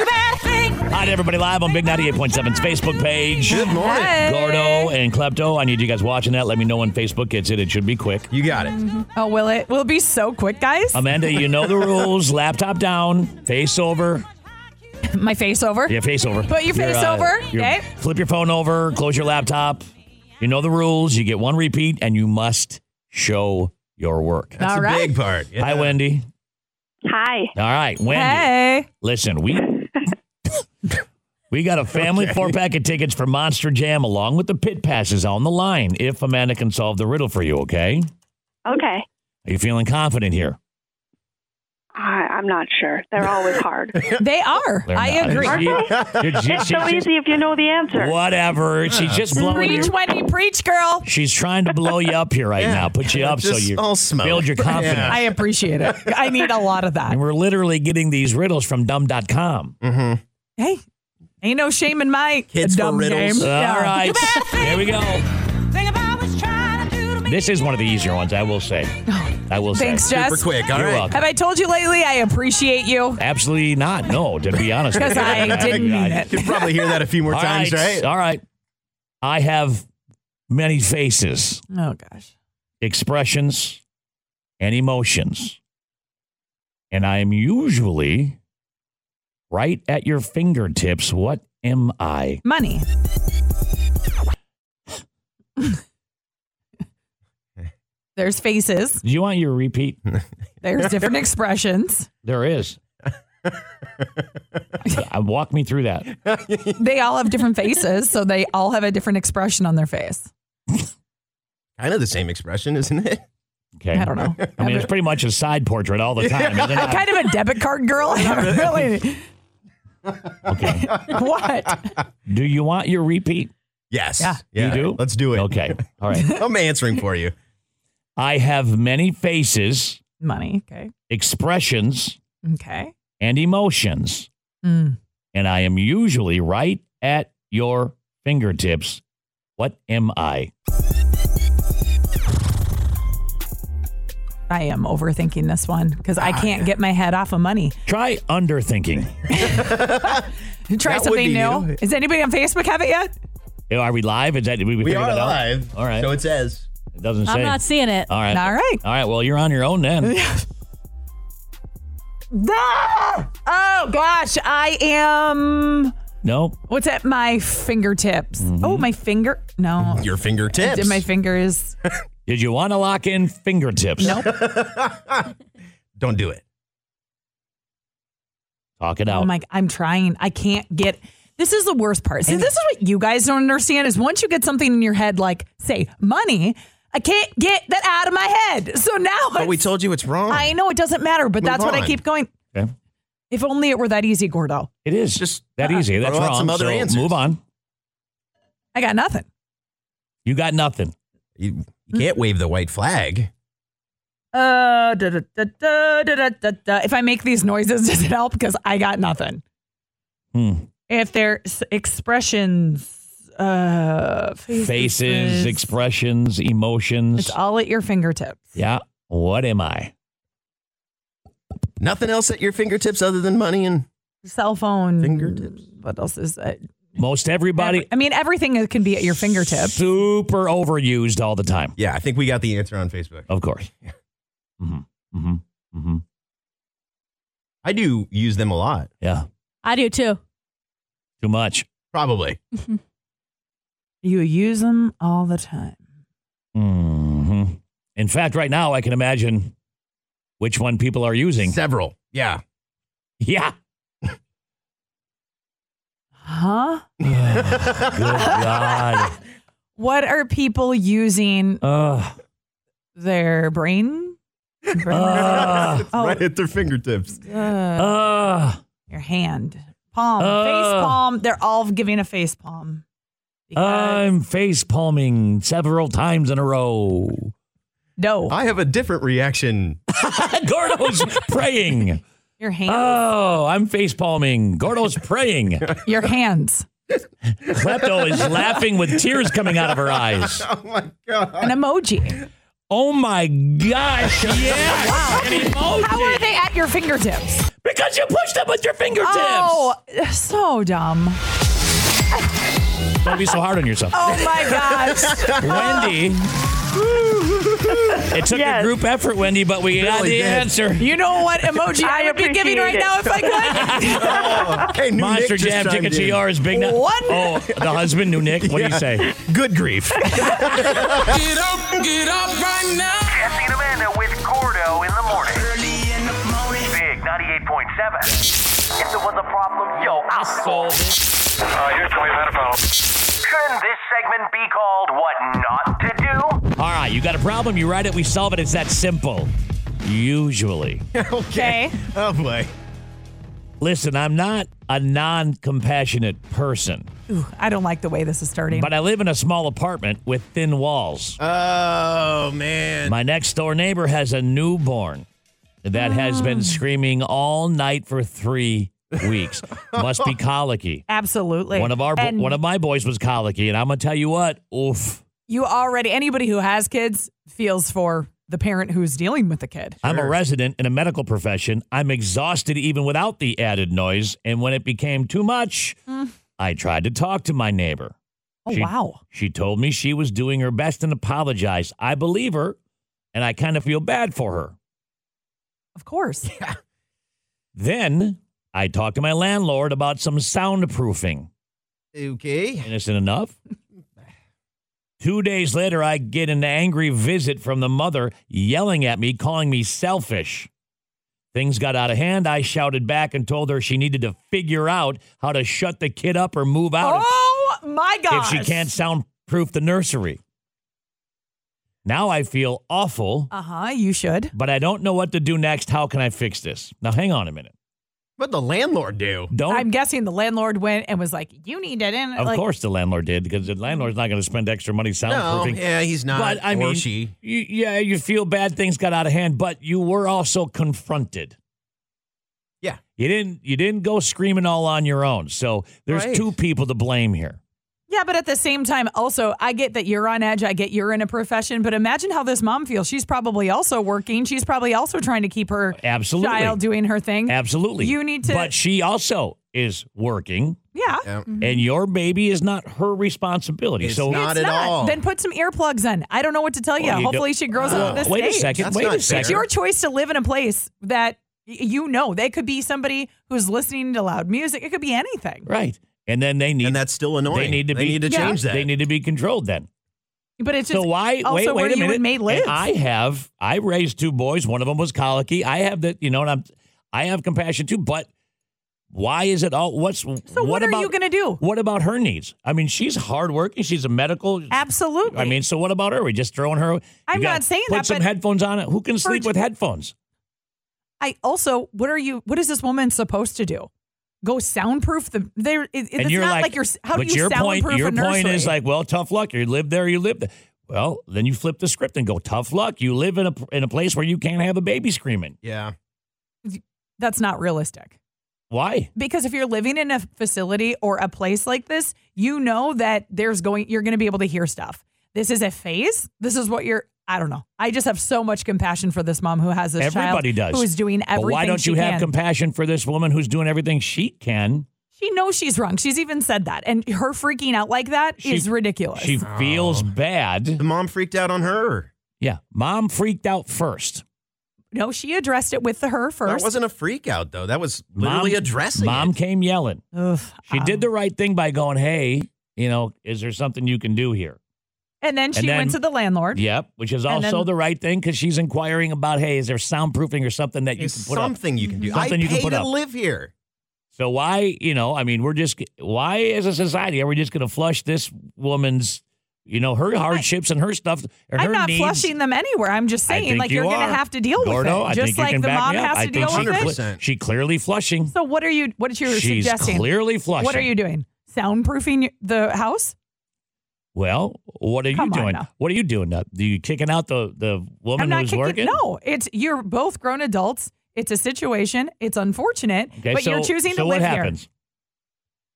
[SPEAKER 1] 98.7.
[SPEAKER 5] Hi to everybody live on Big 98.7's Facebook page. Good
[SPEAKER 3] morning.
[SPEAKER 4] Hey.
[SPEAKER 5] Gordo and Klepto. I need you guys watching that. Let me know when Facebook gets it. It should be quick.
[SPEAKER 3] You got it.
[SPEAKER 4] Oh, will it? Will it be so quick, guys?
[SPEAKER 5] Amanda, you know the rules. Laptop down, face over.
[SPEAKER 4] My face over.
[SPEAKER 5] Yeah, face over.
[SPEAKER 4] Put your face over,
[SPEAKER 5] your-
[SPEAKER 4] okay.
[SPEAKER 5] Flip your phone over, close your laptop. You know the rules. You get one repeat and you must show your work.
[SPEAKER 3] That's
[SPEAKER 4] All
[SPEAKER 3] the
[SPEAKER 4] right.
[SPEAKER 3] big part. Yeah.
[SPEAKER 5] Hi, Wendy.
[SPEAKER 13] Hi.
[SPEAKER 5] All right, Wendy.
[SPEAKER 4] Hey.
[SPEAKER 5] Listen, we we got a family
[SPEAKER 3] Okay.
[SPEAKER 5] four pack of tickets for Monster Jam along with the pit passes on the line. If Amanda can solve the riddle for you, okay?
[SPEAKER 13] Okay.
[SPEAKER 5] Are you feeling confident here?
[SPEAKER 13] I, I'm not sure. They're always hard.
[SPEAKER 4] They are.
[SPEAKER 5] They're
[SPEAKER 4] I
[SPEAKER 5] not.
[SPEAKER 4] agree.
[SPEAKER 5] She- you're- she-
[SPEAKER 13] it's
[SPEAKER 5] she-
[SPEAKER 13] so
[SPEAKER 5] she-
[SPEAKER 13] easy if you know the answer.
[SPEAKER 5] Whatever. She's just blowing you.
[SPEAKER 4] Preach, Wendy. Preach, girl.
[SPEAKER 5] She's trying to blow you up here right
[SPEAKER 3] Yeah.
[SPEAKER 5] now. Put you up so
[SPEAKER 3] Just
[SPEAKER 5] you
[SPEAKER 3] all smoke.
[SPEAKER 5] build your confidence.
[SPEAKER 3] Yeah.
[SPEAKER 4] I appreciate it. I need a lot of that.
[SPEAKER 5] And we're literally getting these riddles from dumb.com.
[SPEAKER 3] Mm-hmm.
[SPEAKER 4] Hey, ain't no shame in my
[SPEAKER 3] Kids for
[SPEAKER 4] dumb
[SPEAKER 3] riddles.
[SPEAKER 4] game.
[SPEAKER 5] All
[SPEAKER 4] Yeah.
[SPEAKER 5] right. Here we go. This is one of the easier ones, I will say. I will
[SPEAKER 4] Oh, Thanks,
[SPEAKER 5] say.
[SPEAKER 4] Jess.
[SPEAKER 3] Super quick. All
[SPEAKER 5] You're
[SPEAKER 3] right.
[SPEAKER 5] welcome.
[SPEAKER 4] Have I told you lately I appreciate you?
[SPEAKER 5] Absolutely not. No, to be honest.
[SPEAKER 4] 'Cause I didn't mean it.
[SPEAKER 3] You probably hear that a few more
[SPEAKER 5] All
[SPEAKER 3] times, right?
[SPEAKER 5] All right. I have many faces,
[SPEAKER 4] Oh gosh.
[SPEAKER 5] expressions, and emotions. And I am usually right at your fingertips. What am I?
[SPEAKER 4] Money. There's faces.
[SPEAKER 5] Do you want your repeat?
[SPEAKER 3] Hmm.
[SPEAKER 4] There's different expressions.
[SPEAKER 5] There is. Uh, Walk me through that.
[SPEAKER 4] They all have different faces, so they all have a different expression on their face.
[SPEAKER 3] Kind of the same expression, isn't it?
[SPEAKER 5] Okay.
[SPEAKER 4] I don't know.
[SPEAKER 5] I mean, it's pretty much a side portrait all the time. isn't it?
[SPEAKER 4] I'm kind of a debit card girl. I don't really.
[SPEAKER 5] Okay.
[SPEAKER 4] What?
[SPEAKER 5] Do you want your repeat?
[SPEAKER 3] Yes.
[SPEAKER 4] Yeah.
[SPEAKER 5] You do?
[SPEAKER 3] Let's do it.
[SPEAKER 5] Okay. All right.
[SPEAKER 3] I'm answering for you.
[SPEAKER 5] I have many faces,
[SPEAKER 4] Money. Okay.
[SPEAKER 5] expressions,
[SPEAKER 4] Okay.
[SPEAKER 5] and emotions,
[SPEAKER 4] Mm.
[SPEAKER 5] and I am usually right at your fingertips. What am I?
[SPEAKER 4] I am overthinking this one because I
[SPEAKER 3] Ah,
[SPEAKER 4] can't get my head off of money.
[SPEAKER 5] Try underthinking.
[SPEAKER 4] Try
[SPEAKER 3] That would
[SPEAKER 4] something
[SPEAKER 3] be
[SPEAKER 4] new.
[SPEAKER 3] new.
[SPEAKER 4] Is anybody on Facebook have it yet?
[SPEAKER 5] Are we live? Is that did we,
[SPEAKER 3] We
[SPEAKER 5] figure
[SPEAKER 3] are
[SPEAKER 5] that out?
[SPEAKER 3] live.
[SPEAKER 5] All right.
[SPEAKER 3] So it says.
[SPEAKER 5] It doesn't say.
[SPEAKER 15] I'm not seeing it.
[SPEAKER 5] All right.
[SPEAKER 4] All right.
[SPEAKER 5] All right. Well, you're on your own then.
[SPEAKER 4] Ah! Oh gosh, I am.
[SPEAKER 5] nope.
[SPEAKER 4] What's at my fingertips? Oh, my finger. No,
[SPEAKER 3] Mm-hmm. Your fingertips.
[SPEAKER 4] did my fingers?
[SPEAKER 5] Did you want to lock in fingertips?
[SPEAKER 4] Nope.
[SPEAKER 3] Don't do it.
[SPEAKER 5] Talk it out.
[SPEAKER 4] Oh my! I'm trying. I can't get. This is the worst part. See, this is what you guys don't understand is once you get something in your head, like say money, I can't get that out of my head. So now,
[SPEAKER 3] But we
[SPEAKER 4] it's-
[SPEAKER 3] told you it's wrong.
[SPEAKER 4] I know it doesn't matter, but
[SPEAKER 3] Move
[SPEAKER 4] that's what I
[SPEAKER 3] on.
[SPEAKER 4] keep going.
[SPEAKER 5] Okay.
[SPEAKER 4] If only it were that easy, Gordo.
[SPEAKER 5] It is
[SPEAKER 3] Just-
[SPEAKER 5] just that easy. That's
[SPEAKER 3] Throw out
[SPEAKER 5] wrong.
[SPEAKER 3] some other
[SPEAKER 5] so
[SPEAKER 3] answers.
[SPEAKER 5] move on.
[SPEAKER 4] I got nothing.
[SPEAKER 5] You got nothing.
[SPEAKER 3] You, you can't wave the white flag.
[SPEAKER 4] Uh, da, da, da, da, da, da, da, da. If I make these noises, does it help? Because I got nothing.
[SPEAKER 5] Hmm.
[SPEAKER 4] If they're s- expressions, uh, faces,
[SPEAKER 5] Faces, expressions, emotions.
[SPEAKER 4] it's all at your fingertips.
[SPEAKER 5] yeah. What am I?
[SPEAKER 3] Nothing else at your fingertips other than money and
[SPEAKER 4] Cell phone.
[SPEAKER 3] Fingertips.
[SPEAKER 4] What else is that?
[SPEAKER 5] Most everybody.
[SPEAKER 4] Every- I mean, everything is- can be at your fingertips.
[SPEAKER 5] Super overused all the time.
[SPEAKER 3] yeah, I think we got the answer on Facebook.
[SPEAKER 5] Of course. Mm-hmm. Mm-hmm. Mm-hmm.
[SPEAKER 3] I do use them a lot.
[SPEAKER 5] Yeah.
[SPEAKER 2] I do too.
[SPEAKER 5] Too much.
[SPEAKER 3] Probably.
[SPEAKER 4] You use them all the time.
[SPEAKER 5] hmm In fact, right now I can imagine which one people are using.
[SPEAKER 3] Several. Yeah.
[SPEAKER 5] Yeah.
[SPEAKER 4] Huh?
[SPEAKER 5] Good God.
[SPEAKER 4] What are people using
[SPEAKER 5] Uh,
[SPEAKER 4] their brain? brain? oh,
[SPEAKER 3] Right at their fingertips.
[SPEAKER 4] uh,
[SPEAKER 5] uh,
[SPEAKER 4] your hand, palm,
[SPEAKER 5] Uh.
[SPEAKER 4] face palm. They're all giving a face palm.
[SPEAKER 5] I'm face palming several times in a row.
[SPEAKER 4] No,
[SPEAKER 3] I have a different reaction.
[SPEAKER 5] Gordo's praying.
[SPEAKER 4] your hand,
[SPEAKER 5] Oh, I'm face palming. Gordo's praying.
[SPEAKER 4] your hands,
[SPEAKER 5] Klepto is laughing with tears coming out of her eyes.
[SPEAKER 3] oh my God.
[SPEAKER 5] Uh.
[SPEAKER 4] an emoji.
[SPEAKER 5] Oh my gosh. Yes. An emoji.
[SPEAKER 4] How are they at your fingertips?
[SPEAKER 5] Because you pushed them with your fingertips.
[SPEAKER 4] Oh, so dumb.
[SPEAKER 5] Don't be so hard on yourself.
[SPEAKER 4] Oh my gosh.
[SPEAKER 5] Wendy. It took a group effort, Wendy, but we got
[SPEAKER 3] Really
[SPEAKER 5] the
[SPEAKER 3] did.
[SPEAKER 5] answer.
[SPEAKER 4] You know what emoji I,
[SPEAKER 6] I
[SPEAKER 4] would be giving
[SPEAKER 6] appreciate
[SPEAKER 4] right
[SPEAKER 6] it.
[SPEAKER 4] now if I could?
[SPEAKER 3] Oh, hey, new
[SPEAKER 5] Monster
[SPEAKER 3] Nick just
[SPEAKER 5] Jam
[SPEAKER 3] chimed
[SPEAKER 5] ticket to
[SPEAKER 3] in.
[SPEAKER 5] yours, big Nick.
[SPEAKER 4] What?
[SPEAKER 5] Oh, the husband, new Nick. What do
[SPEAKER 3] Yeah.
[SPEAKER 5] you say?
[SPEAKER 3] Good grief.
[SPEAKER 8] Get up, get up right now.
[SPEAKER 1] Jesse and Amanda with Gordo in the morning.
[SPEAKER 8] Early in the morning.
[SPEAKER 1] Big 98.7. If there was a problem, yo, I'll solve it. Uh, here's 20 Metapal. Shouldn't this segment be called What Not to Do?
[SPEAKER 5] All right, you got a problem, you write it, we solve it. It's that simple. Usually.
[SPEAKER 4] Okay.
[SPEAKER 3] Oh boy.
[SPEAKER 5] Listen, I'm not a non compassionate person,
[SPEAKER 4] Ooh, I don't like the way this is starting.
[SPEAKER 5] but I live in a small apartment with thin walls.
[SPEAKER 3] Oh man.
[SPEAKER 5] My next door neighbor has a newborn that
[SPEAKER 4] Ah.
[SPEAKER 5] has been screaming all night for three weeks. Must be colicky.
[SPEAKER 4] Absolutely.
[SPEAKER 5] One of our bo-
[SPEAKER 4] And
[SPEAKER 5] one of my boys was colicky, and I'm gonna tell you what. Oof.
[SPEAKER 4] you already anybody who has kids feels for the parent who's dealing with the kid.
[SPEAKER 5] I'm a resident in a medical profession. I'm exhausted even without the added noise, and when it became too much, I tried to talk to my neighbor.
[SPEAKER 4] Oh
[SPEAKER 5] She-
[SPEAKER 4] wow.
[SPEAKER 5] She told me she was doing her best and apologized. I believe her, and I kind of feel bad for her.
[SPEAKER 4] Of course.
[SPEAKER 5] Then I talked to my landlord about some soundproofing.
[SPEAKER 3] Okay.
[SPEAKER 5] Innocent enough. Two days later, I get an angry visit from the mother yelling at me, calling me selfish. Things got out of hand. I shouted back and told her she needed to figure out how to shut the kid up or move out. if-
[SPEAKER 4] Oh my
[SPEAKER 5] if
[SPEAKER 4] gosh.
[SPEAKER 5] she can't soundproof the nursery. Now I feel awful,
[SPEAKER 4] Uh-huh, you should.
[SPEAKER 5] but I don't know what to do next. How can I fix this? Now, hang on a minute.
[SPEAKER 3] What'd the landlord do?
[SPEAKER 5] Don't.
[SPEAKER 4] I'm guessing the landlord went and was like, "You need it in."
[SPEAKER 5] of course, the landlord did because the landlord's not going to spend extra money
[SPEAKER 3] No.
[SPEAKER 5] soundproofing.
[SPEAKER 3] Yeah, he's not.
[SPEAKER 5] But I
[SPEAKER 3] or
[SPEAKER 5] mean,
[SPEAKER 3] she.
[SPEAKER 5] you- yeah, you feel bad things got out of hand, but you were also confronted.
[SPEAKER 3] Yeah.
[SPEAKER 5] You didn't. You didn't go screaming all on your own. So there's
[SPEAKER 3] Right.
[SPEAKER 5] two people to blame here.
[SPEAKER 4] Yeah, but at the same time, also, I get that you're on edge. I get you're in a profession, but imagine how this mom feels. She's probably also working. She's probably also trying to keep her
[SPEAKER 5] Absolutely.
[SPEAKER 4] child doing her thing.
[SPEAKER 5] Absolutely.
[SPEAKER 4] You need to-
[SPEAKER 5] But she also is working.
[SPEAKER 4] yeah.
[SPEAKER 3] Yeah.
[SPEAKER 5] and your baby is not her responsibility.
[SPEAKER 3] It's
[SPEAKER 5] so
[SPEAKER 3] not
[SPEAKER 4] It's
[SPEAKER 3] at all.
[SPEAKER 4] Then put some earplugs in. I don't know what to tell you.
[SPEAKER 5] Well, you don't-
[SPEAKER 4] Hopefully, she grows up with this
[SPEAKER 5] wait a
[SPEAKER 4] state.
[SPEAKER 5] second.
[SPEAKER 3] That's
[SPEAKER 5] wait
[SPEAKER 3] not
[SPEAKER 5] a
[SPEAKER 3] fair.
[SPEAKER 5] second.
[SPEAKER 4] It's your choice to live in a place that y- you know they could be somebody who's listening to loud music. It could be anything.
[SPEAKER 5] right. And then they need
[SPEAKER 3] and that's still
[SPEAKER 5] they
[SPEAKER 3] annoying.
[SPEAKER 5] need to
[SPEAKER 3] they
[SPEAKER 5] be
[SPEAKER 3] need to
[SPEAKER 4] Yeah.
[SPEAKER 3] change that.
[SPEAKER 5] They need to be controlled then.
[SPEAKER 4] But it's just
[SPEAKER 5] so why
[SPEAKER 4] also
[SPEAKER 5] wait wait
[SPEAKER 4] where
[SPEAKER 5] a
[SPEAKER 4] you
[SPEAKER 5] minute.
[SPEAKER 4] and May
[SPEAKER 5] And
[SPEAKER 4] live.
[SPEAKER 5] I have I raised two boys. One of them was colicky. I have that, you know, and I'm I have compassion too, but why is it all what's So
[SPEAKER 4] so what, are you going to do?
[SPEAKER 5] What about her needs? I mean, she's hardworking. She's a medical
[SPEAKER 4] Absolutely.
[SPEAKER 5] I mean, so what about her? We just throwing her. you
[SPEAKER 4] I'm
[SPEAKER 5] gotta
[SPEAKER 4] not saying
[SPEAKER 5] put
[SPEAKER 4] that,
[SPEAKER 5] some
[SPEAKER 4] but-
[SPEAKER 5] headphones on. Who can sleep
[SPEAKER 4] Virgin-
[SPEAKER 5] with headphones?
[SPEAKER 4] I also, what are you? What is this woman supposed to do? Go soundproof the there. It, it- it's not like, you're. How do
[SPEAKER 5] but
[SPEAKER 4] you
[SPEAKER 5] your
[SPEAKER 4] soundproof
[SPEAKER 5] point, Your
[SPEAKER 4] a nursery?
[SPEAKER 5] point is like, well, tough luck. You live there, you live there. Well, then you flip the script and go, tough luck. You live in a in a place where you can't have a baby screaming.
[SPEAKER 3] yeah.
[SPEAKER 4] that's not realistic.
[SPEAKER 5] Why?
[SPEAKER 4] Because if you're living in a facility or a place like this, you know that there's going. You're going to be able to hear stuff. This is a phase. This is what you're. I don't know. I just have so much compassion for this mom who has this child
[SPEAKER 5] Everybody does.
[SPEAKER 4] who is doing
[SPEAKER 5] But
[SPEAKER 4] everything.
[SPEAKER 5] why don't
[SPEAKER 4] she
[SPEAKER 5] you have
[SPEAKER 4] can.
[SPEAKER 5] compassion for this woman who's doing everything she can?
[SPEAKER 4] She knows she's wrong. She's even said that, and her freaking out like that is
[SPEAKER 5] She-
[SPEAKER 4] ridiculous.
[SPEAKER 5] She
[SPEAKER 3] Oh.
[SPEAKER 5] feels bad.
[SPEAKER 3] The mom freaked out on her.
[SPEAKER 5] Yeah, mom freaked out first.
[SPEAKER 4] No, she addressed it with the her first.
[SPEAKER 3] That wasn't a freak out though. That was literally
[SPEAKER 5] Mom-
[SPEAKER 3] addressing.
[SPEAKER 5] Mom
[SPEAKER 3] it.
[SPEAKER 5] came yelling. she
[SPEAKER 4] um,
[SPEAKER 5] did the right thing by going, "Hey, you know, is there something you can do here?"
[SPEAKER 4] And then she
[SPEAKER 5] And then-
[SPEAKER 4] went to the landlord.
[SPEAKER 5] Yep, which is
[SPEAKER 4] And
[SPEAKER 5] also
[SPEAKER 4] then-
[SPEAKER 5] the right thing because she's inquiring about, "Hey, is there soundproofing or something that you
[SPEAKER 3] It's
[SPEAKER 5] can put up?" Mhm.
[SPEAKER 3] something you can do.
[SPEAKER 5] Something
[SPEAKER 3] I
[SPEAKER 5] you can
[SPEAKER 3] pay
[SPEAKER 5] put
[SPEAKER 3] to
[SPEAKER 5] up.
[SPEAKER 3] live here.
[SPEAKER 5] So why, you know, I mean, we're just why as a society are we just going to flush this woman's, you know, her hardships and her stuff and
[SPEAKER 4] I'm
[SPEAKER 5] her
[SPEAKER 4] not
[SPEAKER 5] needs?
[SPEAKER 4] flushing them anywhere. I'm just
[SPEAKER 5] I
[SPEAKER 4] saying,
[SPEAKER 5] think
[SPEAKER 4] like,
[SPEAKER 5] you
[SPEAKER 4] are going
[SPEAKER 5] are.
[SPEAKER 4] to have to deal
[SPEAKER 5] Gordo,
[SPEAKER 4] with
[SPEAKER 5] I
[SPEAKER 4] it.
[SPEAKER 5] think
[SPEAKER 4] just
[SPEAKER 5] you
[SPEAKER 4] like
[SPEAKER 5] can
[SPEAKER 4] the
[SPEAKER 5] back
[SPEAKER 4] mom
[SPEAKER 5] me up.
[SPEAKER 4] has
[SPEAKER 5] I
[SPEAKER 4] to
[SPEAKER 5] think
[SPEAKER 4] deal
[SPEAKER 5] she
[SPEAKER 4] with
[SPEAKER 5] cle-
[SPEAKER 4] it.
[SPEAKER 5] She clearly flushing.
[SPEAKER 4] So what are you? What is your
[SPEAKER 5] She's
[SPEAKER 4] suggesting?
[SPEAKER 5] clearly flushing.
[SPEAKER 4] What are you doing? Soundproofing the house?
[SPEAKER 5] Well, what are
[SPEAKER 4] Come
[SPEAKER 5] you
[SPEAKER 4] on
[SPEAKER 5] doing?
[SPEAKER 4] now.
[SPEAKER 5] What are you doing? Up? Are you kicking out the the
[SPEAKER 4] I'm
[SPEAKER 5] woman
[SPEAKER 4] not
[SPEAKER 5] who's
[SPEAKER 4] kicking.
[SPEAKER 5] working?
[SPEAKER 4] No, it's you're both grown adults. It's a situation. It's unfortunate,
[SPEAKER 5] Okay,
[SPEAKER 4] but
[SPEAKER 5] so,
[SPEAKER 4] you're choosing
[SPEAKER 5] so
[SPEAKER 4] to
[SPEAKER 5] what
[SPEAKER 4] live
[SPEAKER 5] happens?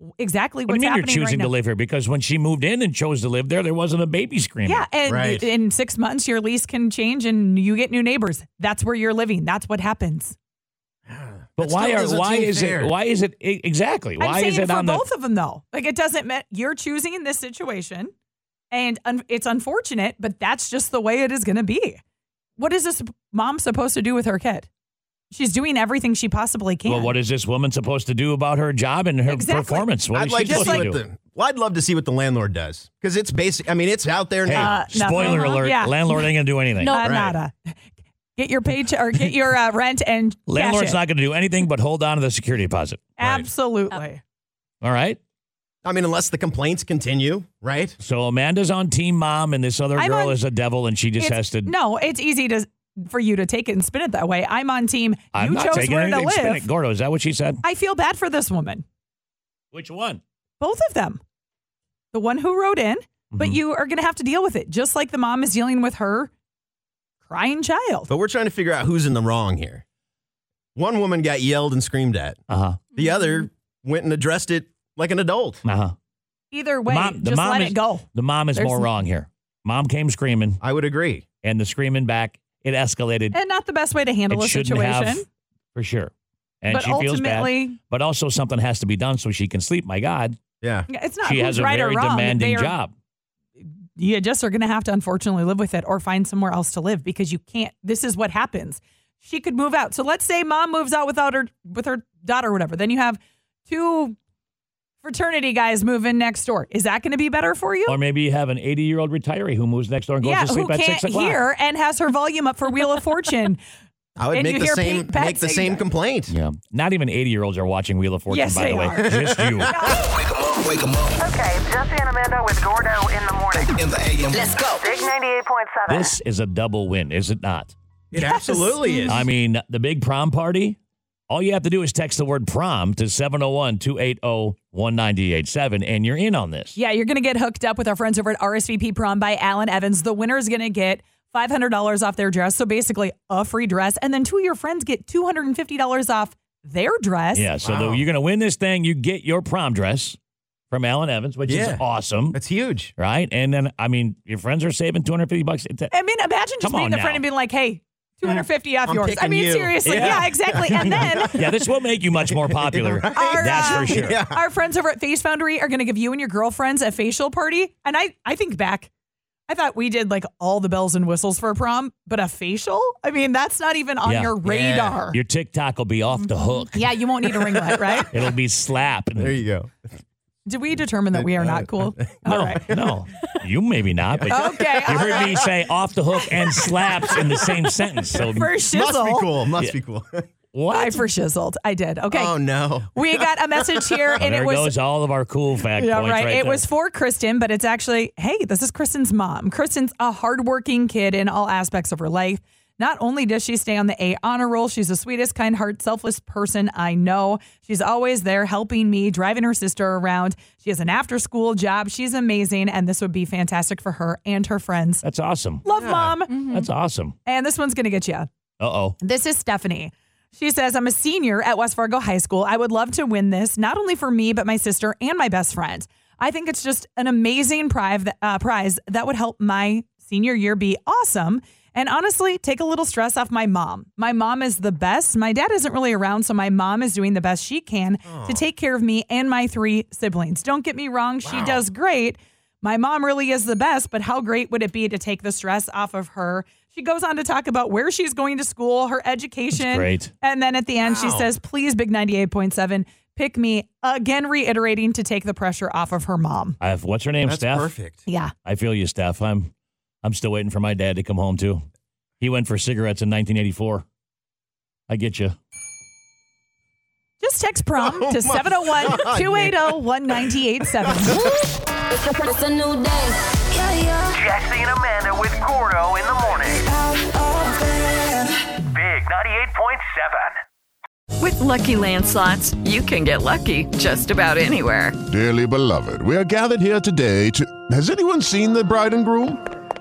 [SPEAKER 4] here. Exactly
[SPEAKER 5] What
[SPEAKER 4] what's
[SPEAKER 5] do you mean you're
[SPEAKER 4] happening
[SPEAKER 5] choosing
[SPEAKER 4] right
[SPEAKER 5] to
[SPEAKER 4] now.
[SPEAKER 5] live here? Because when she moved in and chose to live there, there wasn't a baby screaming.
[SPEAKER 4] Yeah, and in six months your lease can change and you get new neighbors. That's where you're living. That's what happens.
[SPEAKER 5] but
[SPEAKER 4] still
[SPEAKER 5] why are
[SPEAKER 4] doesn't
[SPEAKER 5] why
[SPEAKER 4] seem
[SPEAKER 5] is
[SPEAKER 4] fair.
[SPEAKER 5] it why is it e- exactly
[SPEAKER 4] I'm
[SPEAKER 5] why
[SPEAKER 4] saying
[SPEAKER 5] is it
[SPEAKER 4] for
[SPEAKER 5] on
[SPEAKER 4] both
[SPEAKER 5] the
[SPEAKER 4] of them though. Like it doesn't matter. You're choosing in this situation, and un- it's unfortunate, but that's just the way it is going to be. What is this mom supposed to do with her kid? She's doing everything she possibly can.
[SPEAKER 5] well? What is this woman supposed to do about her job and her
[SPEAKER 4] Exactly.
[SPEAKER 5] performance? What is
[SPEAKER 3] I'd like
[SPEAKER 5] she
[SPEAKER 3] to see
[SPEAKER 5] supposed to
[SPEAKER 3] what
[SPEAKER 5] do?
[SPEAKER 3] the. Well, I'd love to see what the landlord does because it's basic. I mean, it's out there
[SPEAKER 5] Hey,
[SPEAKER 3] now.
[SPEAKER 5] spoiler alert:
[SPEAKER 4] Uh, Yeah.
[SPEAKER 5] landlord ain't gonna do anything.
[SPEAKER 4] no, Uh, nada. Get your paycheck or get your uh, rent and cash
[SPEAKER 5] Landlord's
[SPEAKER 4] it.
[SPEAKER 5] not gonna do anything but hold on to the security deposit.
[SPEAKER 4] Absolutely.
[SPEAKER 5] All right.
[SPEAKER 3] I mean, unless the complaints continue, right?
[SPEAKER 5] So Amanda's on Team Mom, and this other
[SPEAKER 4] I'm
[SPEAKER 5] girl
[SPEAKER 4] on-
[SPEAKER 5] is a devil, and she just
[SPEAKER 4] It's-
[SPEAKER 5] has to.
[SPEAKER 4] No, it's easy to for you to take it and spin it that way. I'm on team.
[SPEAKER 5] I'm
[SPEAKER 4] you
[SPEAKER 5] not
[SPEAKER 4] chose
[SPEAKER 5] taking
[SPEAKER 4] where to
[SPEAKER 5] anything.
[SPEAKER 4] live.
[SPEAKER 5] Spin it. Gordo, is that what she said?
[SPEAKER 4] I feel bad for this woman.
[SPEAKER 5] Which one?
[SPEAKER 4] Both of them. The one who wrote in, but
[SPEAKER 5] Mm-hmm.
[SPEAKER 4] you are going to have to deal with it, just like the mom is dealing with her crying child.
[SPEAKER 3] But we're trying to figure out who's in the wrong here. One woman got yelled and screamed at.
[SPEAKER 5] Uh huh.
[SPEAKER 3] The other went and addressed it like an adult.
[SPEAKER 5] Uh huh.
[SPEAKER 4] Either way, just let
[SPEAKER 5] is,
[SPEAKER 4] it go.
[SPEAKER 5] The mom is
[SPEAKER 4] There's-
[SPEAKER 5] more wrong here. Mom came screaming.
[SPEAKER 3] I would agree.
[SPEAKER 5] And the screaming back, it escalated.
[SPEAKER 4] And not the best way to handle
[SPEAKER 5] it
[SPEAKER 4] a
[SPEAKER 5] shouldn't
[SPEAKER 4] situation.
[SPEAKER 5] have, for sure. And
[SPEAKER 4] But
[SPEAKER 5] she feels bad.
[SPEAKER 4] ultimately-
[SPEAKER 5] But also, something has to be done so she can sleep. My God,
[SPEAKER 3] Yeah.
[SPEAKER 4] It's not
[SPEAKER 5] she
[SPEAKER 4] who's
[SPEAKER 5] has a
[SPEAKER 4] right or
[SPEAKER 5] very
[SPEAKER 4] wrong. They
[SPEAKER 5] demanding
[SPEAKER 4] are-
[SPEAKER 5] job.
[SPEAKER 4] you just are going to have to unfortunately live with it or find somewhere else to live because you can't this is what happens she could move out so let's say mom moves out without her with her daughter or whatever then you have two fraternity guys move in next door is that going to be better for you
[SPEAKER 5] Or maybe you have an 80 year old retiree who moves next door and goes
[SPEAKER 4] yeah
[SPEAKER 5] to sleep
[SPEAKER 4] who
[SPEAKER 5] at
[SPEAKER 4] can't
[SPEAKER 5] six o'clock.
[SPEAKER 4] hear and has her volume up for wheel of fortune
[SPEAKER 3] I would
[SPEAKER 4] And
[SPEAKER 3] make
[SPEAKER 4] you
[SPEAKER 3] the
[SPEAKER 4] hear
[SPEAKER 3] same
[SPEAKER 4] Pete Pat
[SPEAKER 3] make the
[SPEAKER 4] say
[SPEAKER 3] same
[SPEAKER 4] that.
[SPEAKER 3] complaint.
[SPEAKER 5] Yeah. Not even 80 year olds are watching Wheel of Fortune,
[SPEAKER 4] Yes,
[SPEAKER 5] by
[SPEAKER 4] they
[SPEAKER 5] the way.
[SPEAKER 4] are.
[SPEAKER 5] Just you.
[SPEAKER 12] Wake 'em up
[SPEAKER 1] Okay, Jesse and Amanda with Gordo in the morning.
[SPEAKER 12] in the AM.
[SPEAKER 1] Let's go. Big 98.7.
[SPEAKER 5] This is a double win, is it not?
[SPEAKER 3] It absolutely is.
[SPEAKER 5] I mean, the big prom party. All you have to do is text the word prom to 701 280 1987, and you're in on this.
[SPEAKER 4] Yeah, you're going to get hooked up with our friends over at RSVP Prom by Alan Evans. The winner is going to get $500 off their dress. So basically, a free dress. And then two of your friends get $250 off their dress.
[SPEAKER 5] Yeah, so the- you're going to win this thing. You get your prom dress from Alan Evans, which
[SPEAKER 3] Yeah.
[SPEAKER 5] is awesome,
[SPEAKER 3] That's huge.
[SPEAKER 5] right? And then, I mean, your friends are saving 250 bucks. It's a-
[SPEAKER 4] I mean, imagine just
[SPEAKER 5] Come on
[SPEAKER 4] meeting a
[SPEAKER 5] now.
[SPEAKER 4] friend and being like, hey, 250 off
[SPEAKER 3] I'm
[SPEAKER 4] yours. I
[SPEAKER 3] picking
[SPEAKER 4] mean,
[SPEAKER 3] you.
[SPEAKER 4] seriously.
[SPEAKER 5] Yeah.
[SPEAKER 4] Yeah. exactly. And then.
[SPEAKER 5] yeah, this will make you much more popular.
[SPEAKER 4] Our,
[SPEAKER 5] That's
[SPEAKER 4] uh,
[SPEAKER 5] for sure.
[SPEAKER 4] Our friends over at Face Foundry are going to give you and your girlfriends a facial party. And I, I think back, I thought we did like all the bells and whistles for prom, but a facial? I mean, that's not even on
[SPEAKER 5] Yeah.
[SPEAKER 4] your radar.
[SPEAKER 5] Your TikTok will be off the hook.
[SPEAKER 4] Yeah, you won't need a ringlet, right?
[SPEAKER 5] It'll be slap.
[SPEAKER 3] There you go.
[SPEAKER 4] Did we determine that we are not cool?
[SPEAKER 5] No, no, you maybe not. But
[SPEAKER 4] Okay,
[SPEAKER 5] you
[SPEAKER 4] all
[SPEAKER 5] heard me
[SPEAKER 4] right.
[SPEAKER 5] say off the hook and slaps in the same sentence. So
[SPEAKER 4] For
[SPEAKER 3] Must be
[SPEAKER 4] shizzle.
[SPEAKER 3] cool. Must
[SPEAKER 5] Yeah.
[SPEAKER 3] be cool.
[SPEAKER 4] I
[SPEAKER 5] what?
[SPEAKER 4] for shizzled. I did. Okay.
[SPEAKER 3] Oh no.
[SPEAKER 4] We got a message here, and
[SPEAKER 5] there
[SPEAKER 4] it was
[SPEAKER 5] goes all of our cool fact
[SPEAKER 4] Yeah,
[SPEAKER 5] points.
[SPEAKER 4] right.
[SPEAKER 5] Right.
[SPEAKER 4] it
[SPEAKER 5] there.
[SPEAKER 4] was for Kristen, but it's actually, hey, this is Kristen's mom. Kristen's a hardworking kid in all aspects of her life. Not only does she stay on the A honor roll, she's the sweetest, kind heart, selfless person I know. She's always there helping me, driving her sister around. She has an after school job. She's amazing, and this would be fantastic for her and her friends.
[SPEAKER 5] That's awesome.
[SPEAKER 4] Love mom.
[SPEAKER 5] That's awesome.
[SPEAKER 4] And this one's going to get you.
[SPEAKER 5] Uh oh.
[SPEAKER 4] This is Stephanie. She says, I'm a senior at West Fargo High School. I would love to win this, not only for me, but my sister and my best friend. I think it's just an amazing prize, uh, prize that would help my senior year be awesome. And honestly, take a little stress off my mom. My mom is the best. My dad isn't really around, so my mom is doing the best she can to take care of me and my three siblings. Don't get me wrong, she does great. My mom really is the best, but how great would it be to take the stress off of her? She goes on to talk about where she's going to school, her education.
[SPEAKER 5] great.
[SPEAKER 4] And then at the end, she
[SPEAKER 5] Wow.
[SPEAKER 4] says, please, Big 98.7, pick me. Again, reiterating to take the pressure off of her mom.
[SPEAKER 5] I have, what's her name,
[SPEAKER 4] That's
[SPEAKER 5] Steph?
[SPEAKER 4] perfect. Yeah.
[SPEAKER 5] I feel you, Steph. I'm I'm still waiting for my dad to come home too. He went for cigarettes in 1984. I get you.
[SPEAKER 4] Just text prom
[SPEAKER 16] Oh
[SPEAKER 4] to
[SPEAKER 16] my
[SPEAKER 4] 701 280
[SPEAKER 16] It's a new day.
[SPEAKER 1] Jesse and Amanda with Gordo in the morning. Big 98.7.
[SPEAKER 17] With Lucky Land slots, you can get lucky just about anywhere.
[SPEAKER 3] Dearly beloved, we are gathered here today to. Has anyone seen the bride and groom?